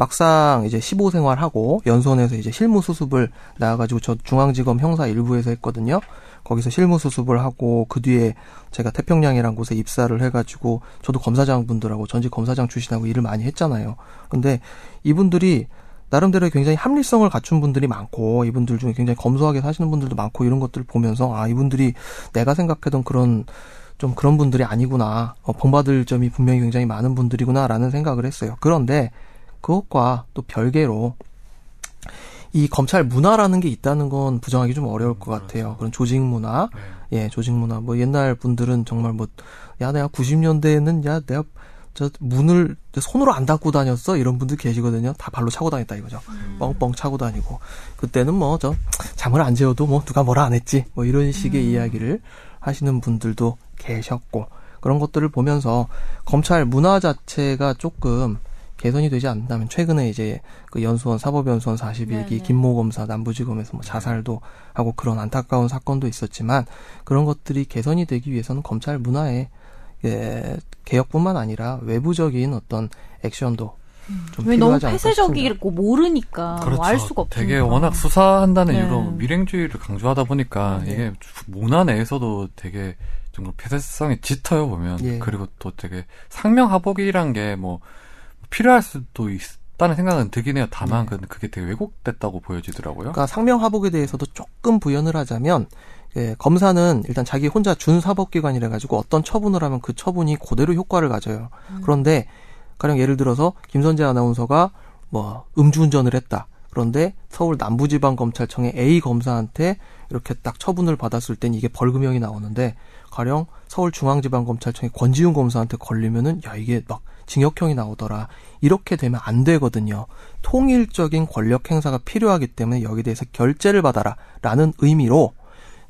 막상 이제 시보 생활하고 연수원에서 이제 실무 수습을 나와가지고 저 중앙지검 형사 일부에서 했거든요. 거기서 실무 수습을 하고 그 뒤에 제가 태평양이란 곳에 입사를 해가지고 저도 검사장 분들하고 전직 검사장 출신하고 일을 많이 했잖아요. 근데 이분들이 나름대로 굉장히 합리성을 갖춘 분들이 많고 이분들 중에 굉장히 검소하게 사시는 분들도 많고 이런 것들을 보면서 아 이분들이 내가 생각했던 그런 좀 그런 분들이 아니구나 어, 본받을 점이 분명히 굉장히 많은 분들이구나라는 생각을 했어요. 그런데 그것과 또 별개로 이 검찰 문화라는 게 있다는 건 부정하기 좀 어려울 것 같아요. 그런 조직 문화, 예, 조직 문화. 뭐 옛날 분들은 정말 뭐, 야, 내가 90년대에는 야, 내가 저 문을 손으로 안 닫고 다녔어 이런 분들 계시거든요. 다 발로 차고 다녔다 이거죠.
음.
뻥뻥 차고 다니고 그때는 뭐 저 잠을 안 재워도 뭐 누가 뭐라 안 했지 뭐 이런 식의
음.
이야기를 하시는 분들도 계셨고 그런 것들을 보면서 검찰 문화 자체가 조금 개선이 되지 않는다면 최근에 이제 그 연수원 사법연수원 41기
네네.
김모 검사 남부지검에서 뭐 자살도 하고 그런 안타까운 사건도 있었지만 그런 것들이 개선이 되기 위해서는 검찰 문화에 예, 개혁뿐만 아니라 외부적인 어떤 액션도 좀
왜 음. 너무
필요하지 그렇죠. 않을까 싶습니다.
폐쇄적이고 모르니까 뭐알 수가 없죠.
되게 워낙 수사한다는
네.
이유로 밀행주의를 강조하다 보니까
네.
이게 문화 내에서도 되게 좀그 폐쇄성이 짙어요 보면
예.
그리고 또 되게 상명하복이란 게 뭐 필요할 수도 있다는 생각은 들긴 해요. 다만
네.
그 그게 되게 왜곡됐다고 보여지더라고요.
그러니까 상명하복에 대해서도 조금 부연을 하자면 예, 검사는 일단 자기 혼자 준 사법기관이라 가지고 어떤 처분을 하면 그 처분이 그대로 효과를 가져요. 그런데 가령 예를 들어서 김선재 아나운서가 뭐 음주운전을 했다. 그런데 서울 남부지방검찰청의 A 검사한테 이렇게 딱 처분을 받았을 땐 이게 벌금형이 나오는데 가령 서울중앙지방검찰청의 권지윤 검사한테 걸리면은 야 이게 막 징역형이 나오더라 이렇게 되면 안 되거든요. 통일적인 권력 행사가 필요하기 때문에 여기 에 대해서 결재를 받아라라는 의미로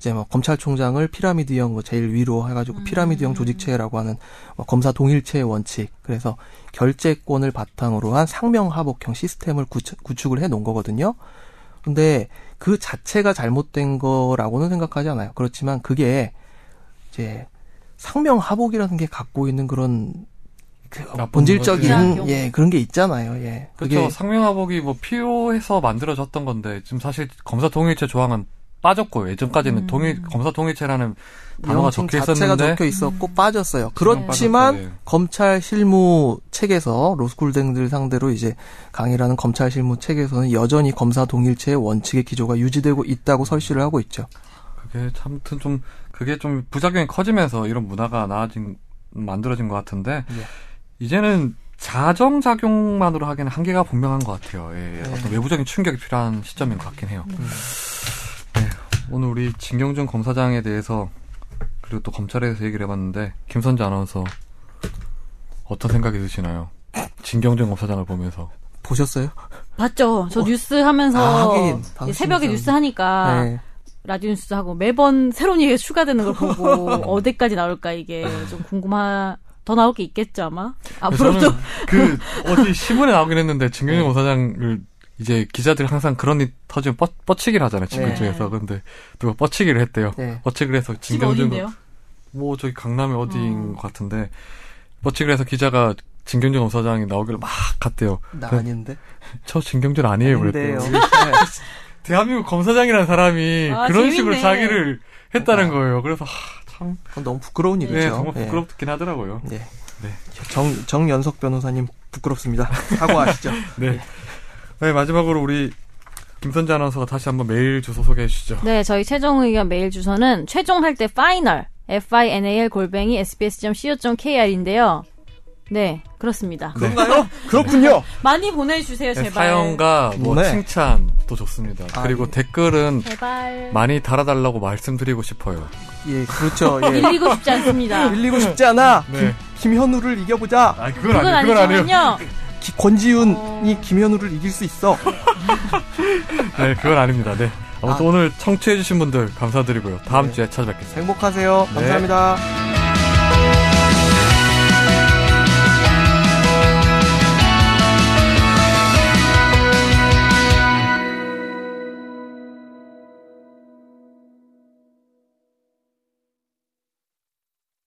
이제 뭐 검찰총장을 피라미드형 뭐 제일 위로 해가지고 피라미드형 조직체라고 하는 뭐 검사 동일체의 원칙 그래서 결재권을 바탕으로 한 상명하복형 시스템을 구축, 구축을 해 놓은 거거든요. 근데 그 자체가 잘못된 거라고는 생각하지 않아요. 그렇지만 그게 이제 상명하복이라는 게 갖고 있는 그런 그
나쁜
본질적인
거지.
예 그런 게 있잖아요. 예
그렇죠. 상명하복이 뭐 필요해서 만들어졌던 건데 지금 사실 검사 동일체 조항은 빠졌고 예전까지는 동일 검사 동일체라는 단어가
명칭
적혀
음. 자체가
있었는데
적혀 있었고 빠졌어요. 그렇지만
빠졌어요. 예.
검찰 실무 책에서 로스쿨생들 상대로 이제 강의라는 검찰 실무 책에서는 여전히 검사 동일체의 원칙의 기조가 유지되고 있다고 설시를 하고 있죠.
그게 참, 아무튼 좀, 그게 좀 부작용이 커지면서 이런 문화가 나아진, 만들어진 것 같은데, 이제는 자정작용만으로 하기에는 한계가 분명한 것 같아요. 예, 예. 어떤 외부적인 충격이 필요한 시점인 것 같긴 해요. 네, 오늘 우리 진경준 검사장에 대해서, 그리고 또 검찰에 대해서 얘기를 해봤는데, 김선재 아나운서, 어떤 생각이 드시나요? 진경준 검사장을 보면서.
보셨어요?
봤죠. 저
어.
뉴스 하면서
아, 하긴.
이제
당신
새벽에
참.
뉴스 하니까
네.
라디오 뉴스도 하고 매번 새로운 얘기가 추가되는 걸 보고 어디까지 나올까 이게 좀 궁금하. 더 나올 게 있겠죠 아마 앞으로도 네.
저는 그 어디 신문에 나오긴 했는데 진경준 검사장을 이제 기자들 항상 그런 일 터지면 뻗, 뻗치기를 하잖아요 친구
네.
중에서 근데 누가 뻗치기를 했대요
네.
뻗치기를 해서
집
진경준
어딘데요? 음.
뭐 저기 강남에 어디인 것 같은데 뻗치기를 해서 기자가 진경준 검사장이 나오길래 막 갔대요
나 아닌데.
저 진경준 아니에요 네. 그랬대요
아닌데요. 네.
대한민국 검사장이라는 사람이
아,
그런
재밌네. 아.
식으로 자기를 했다는 거예요 그래서 하, 참
그건 너무 부끄러운 일이죠.
네,
그렇죠.
정말 부끄럽긴 하더라고요
예. 네.
네.
정 정연석 변호사님 부끄럽습니다. 사과하시죠.
네. 네, 마지막으로 우리 김선재 아나운서가 다시 한번 메일 주소 소개해 주시죠.
네, 저희 최종 의견 메일 주소는 최종 할 때 final final 골뱅이 sbs.co.kr인데요. 네, 그렇습니다.
그런가요? 그렇군요.
많이 보내주세요,
네,
제발.
사연과 뭐
네.
칭찬도 좋습니다.
아,
그리고
예.
댓글은
제발.
많이 달아달라고 말씀드리고 싶어요.
예, 그렇죠. 예.
밀리고 싶지 않습니다.
밀리고 싶지 않아.
네.
김, 김현우를 이겨보자.
아, 그건,
그건 아니지만요.
기- 권지윤이 김현우를 이길 수 있어.
네, 그건 아닙니다. 네. 아무튼 오늘 청취해주신 분들 감사드리고요. 다음 주에 찾아뵙겠습니다.
행복하세요.
네.
감사합니다.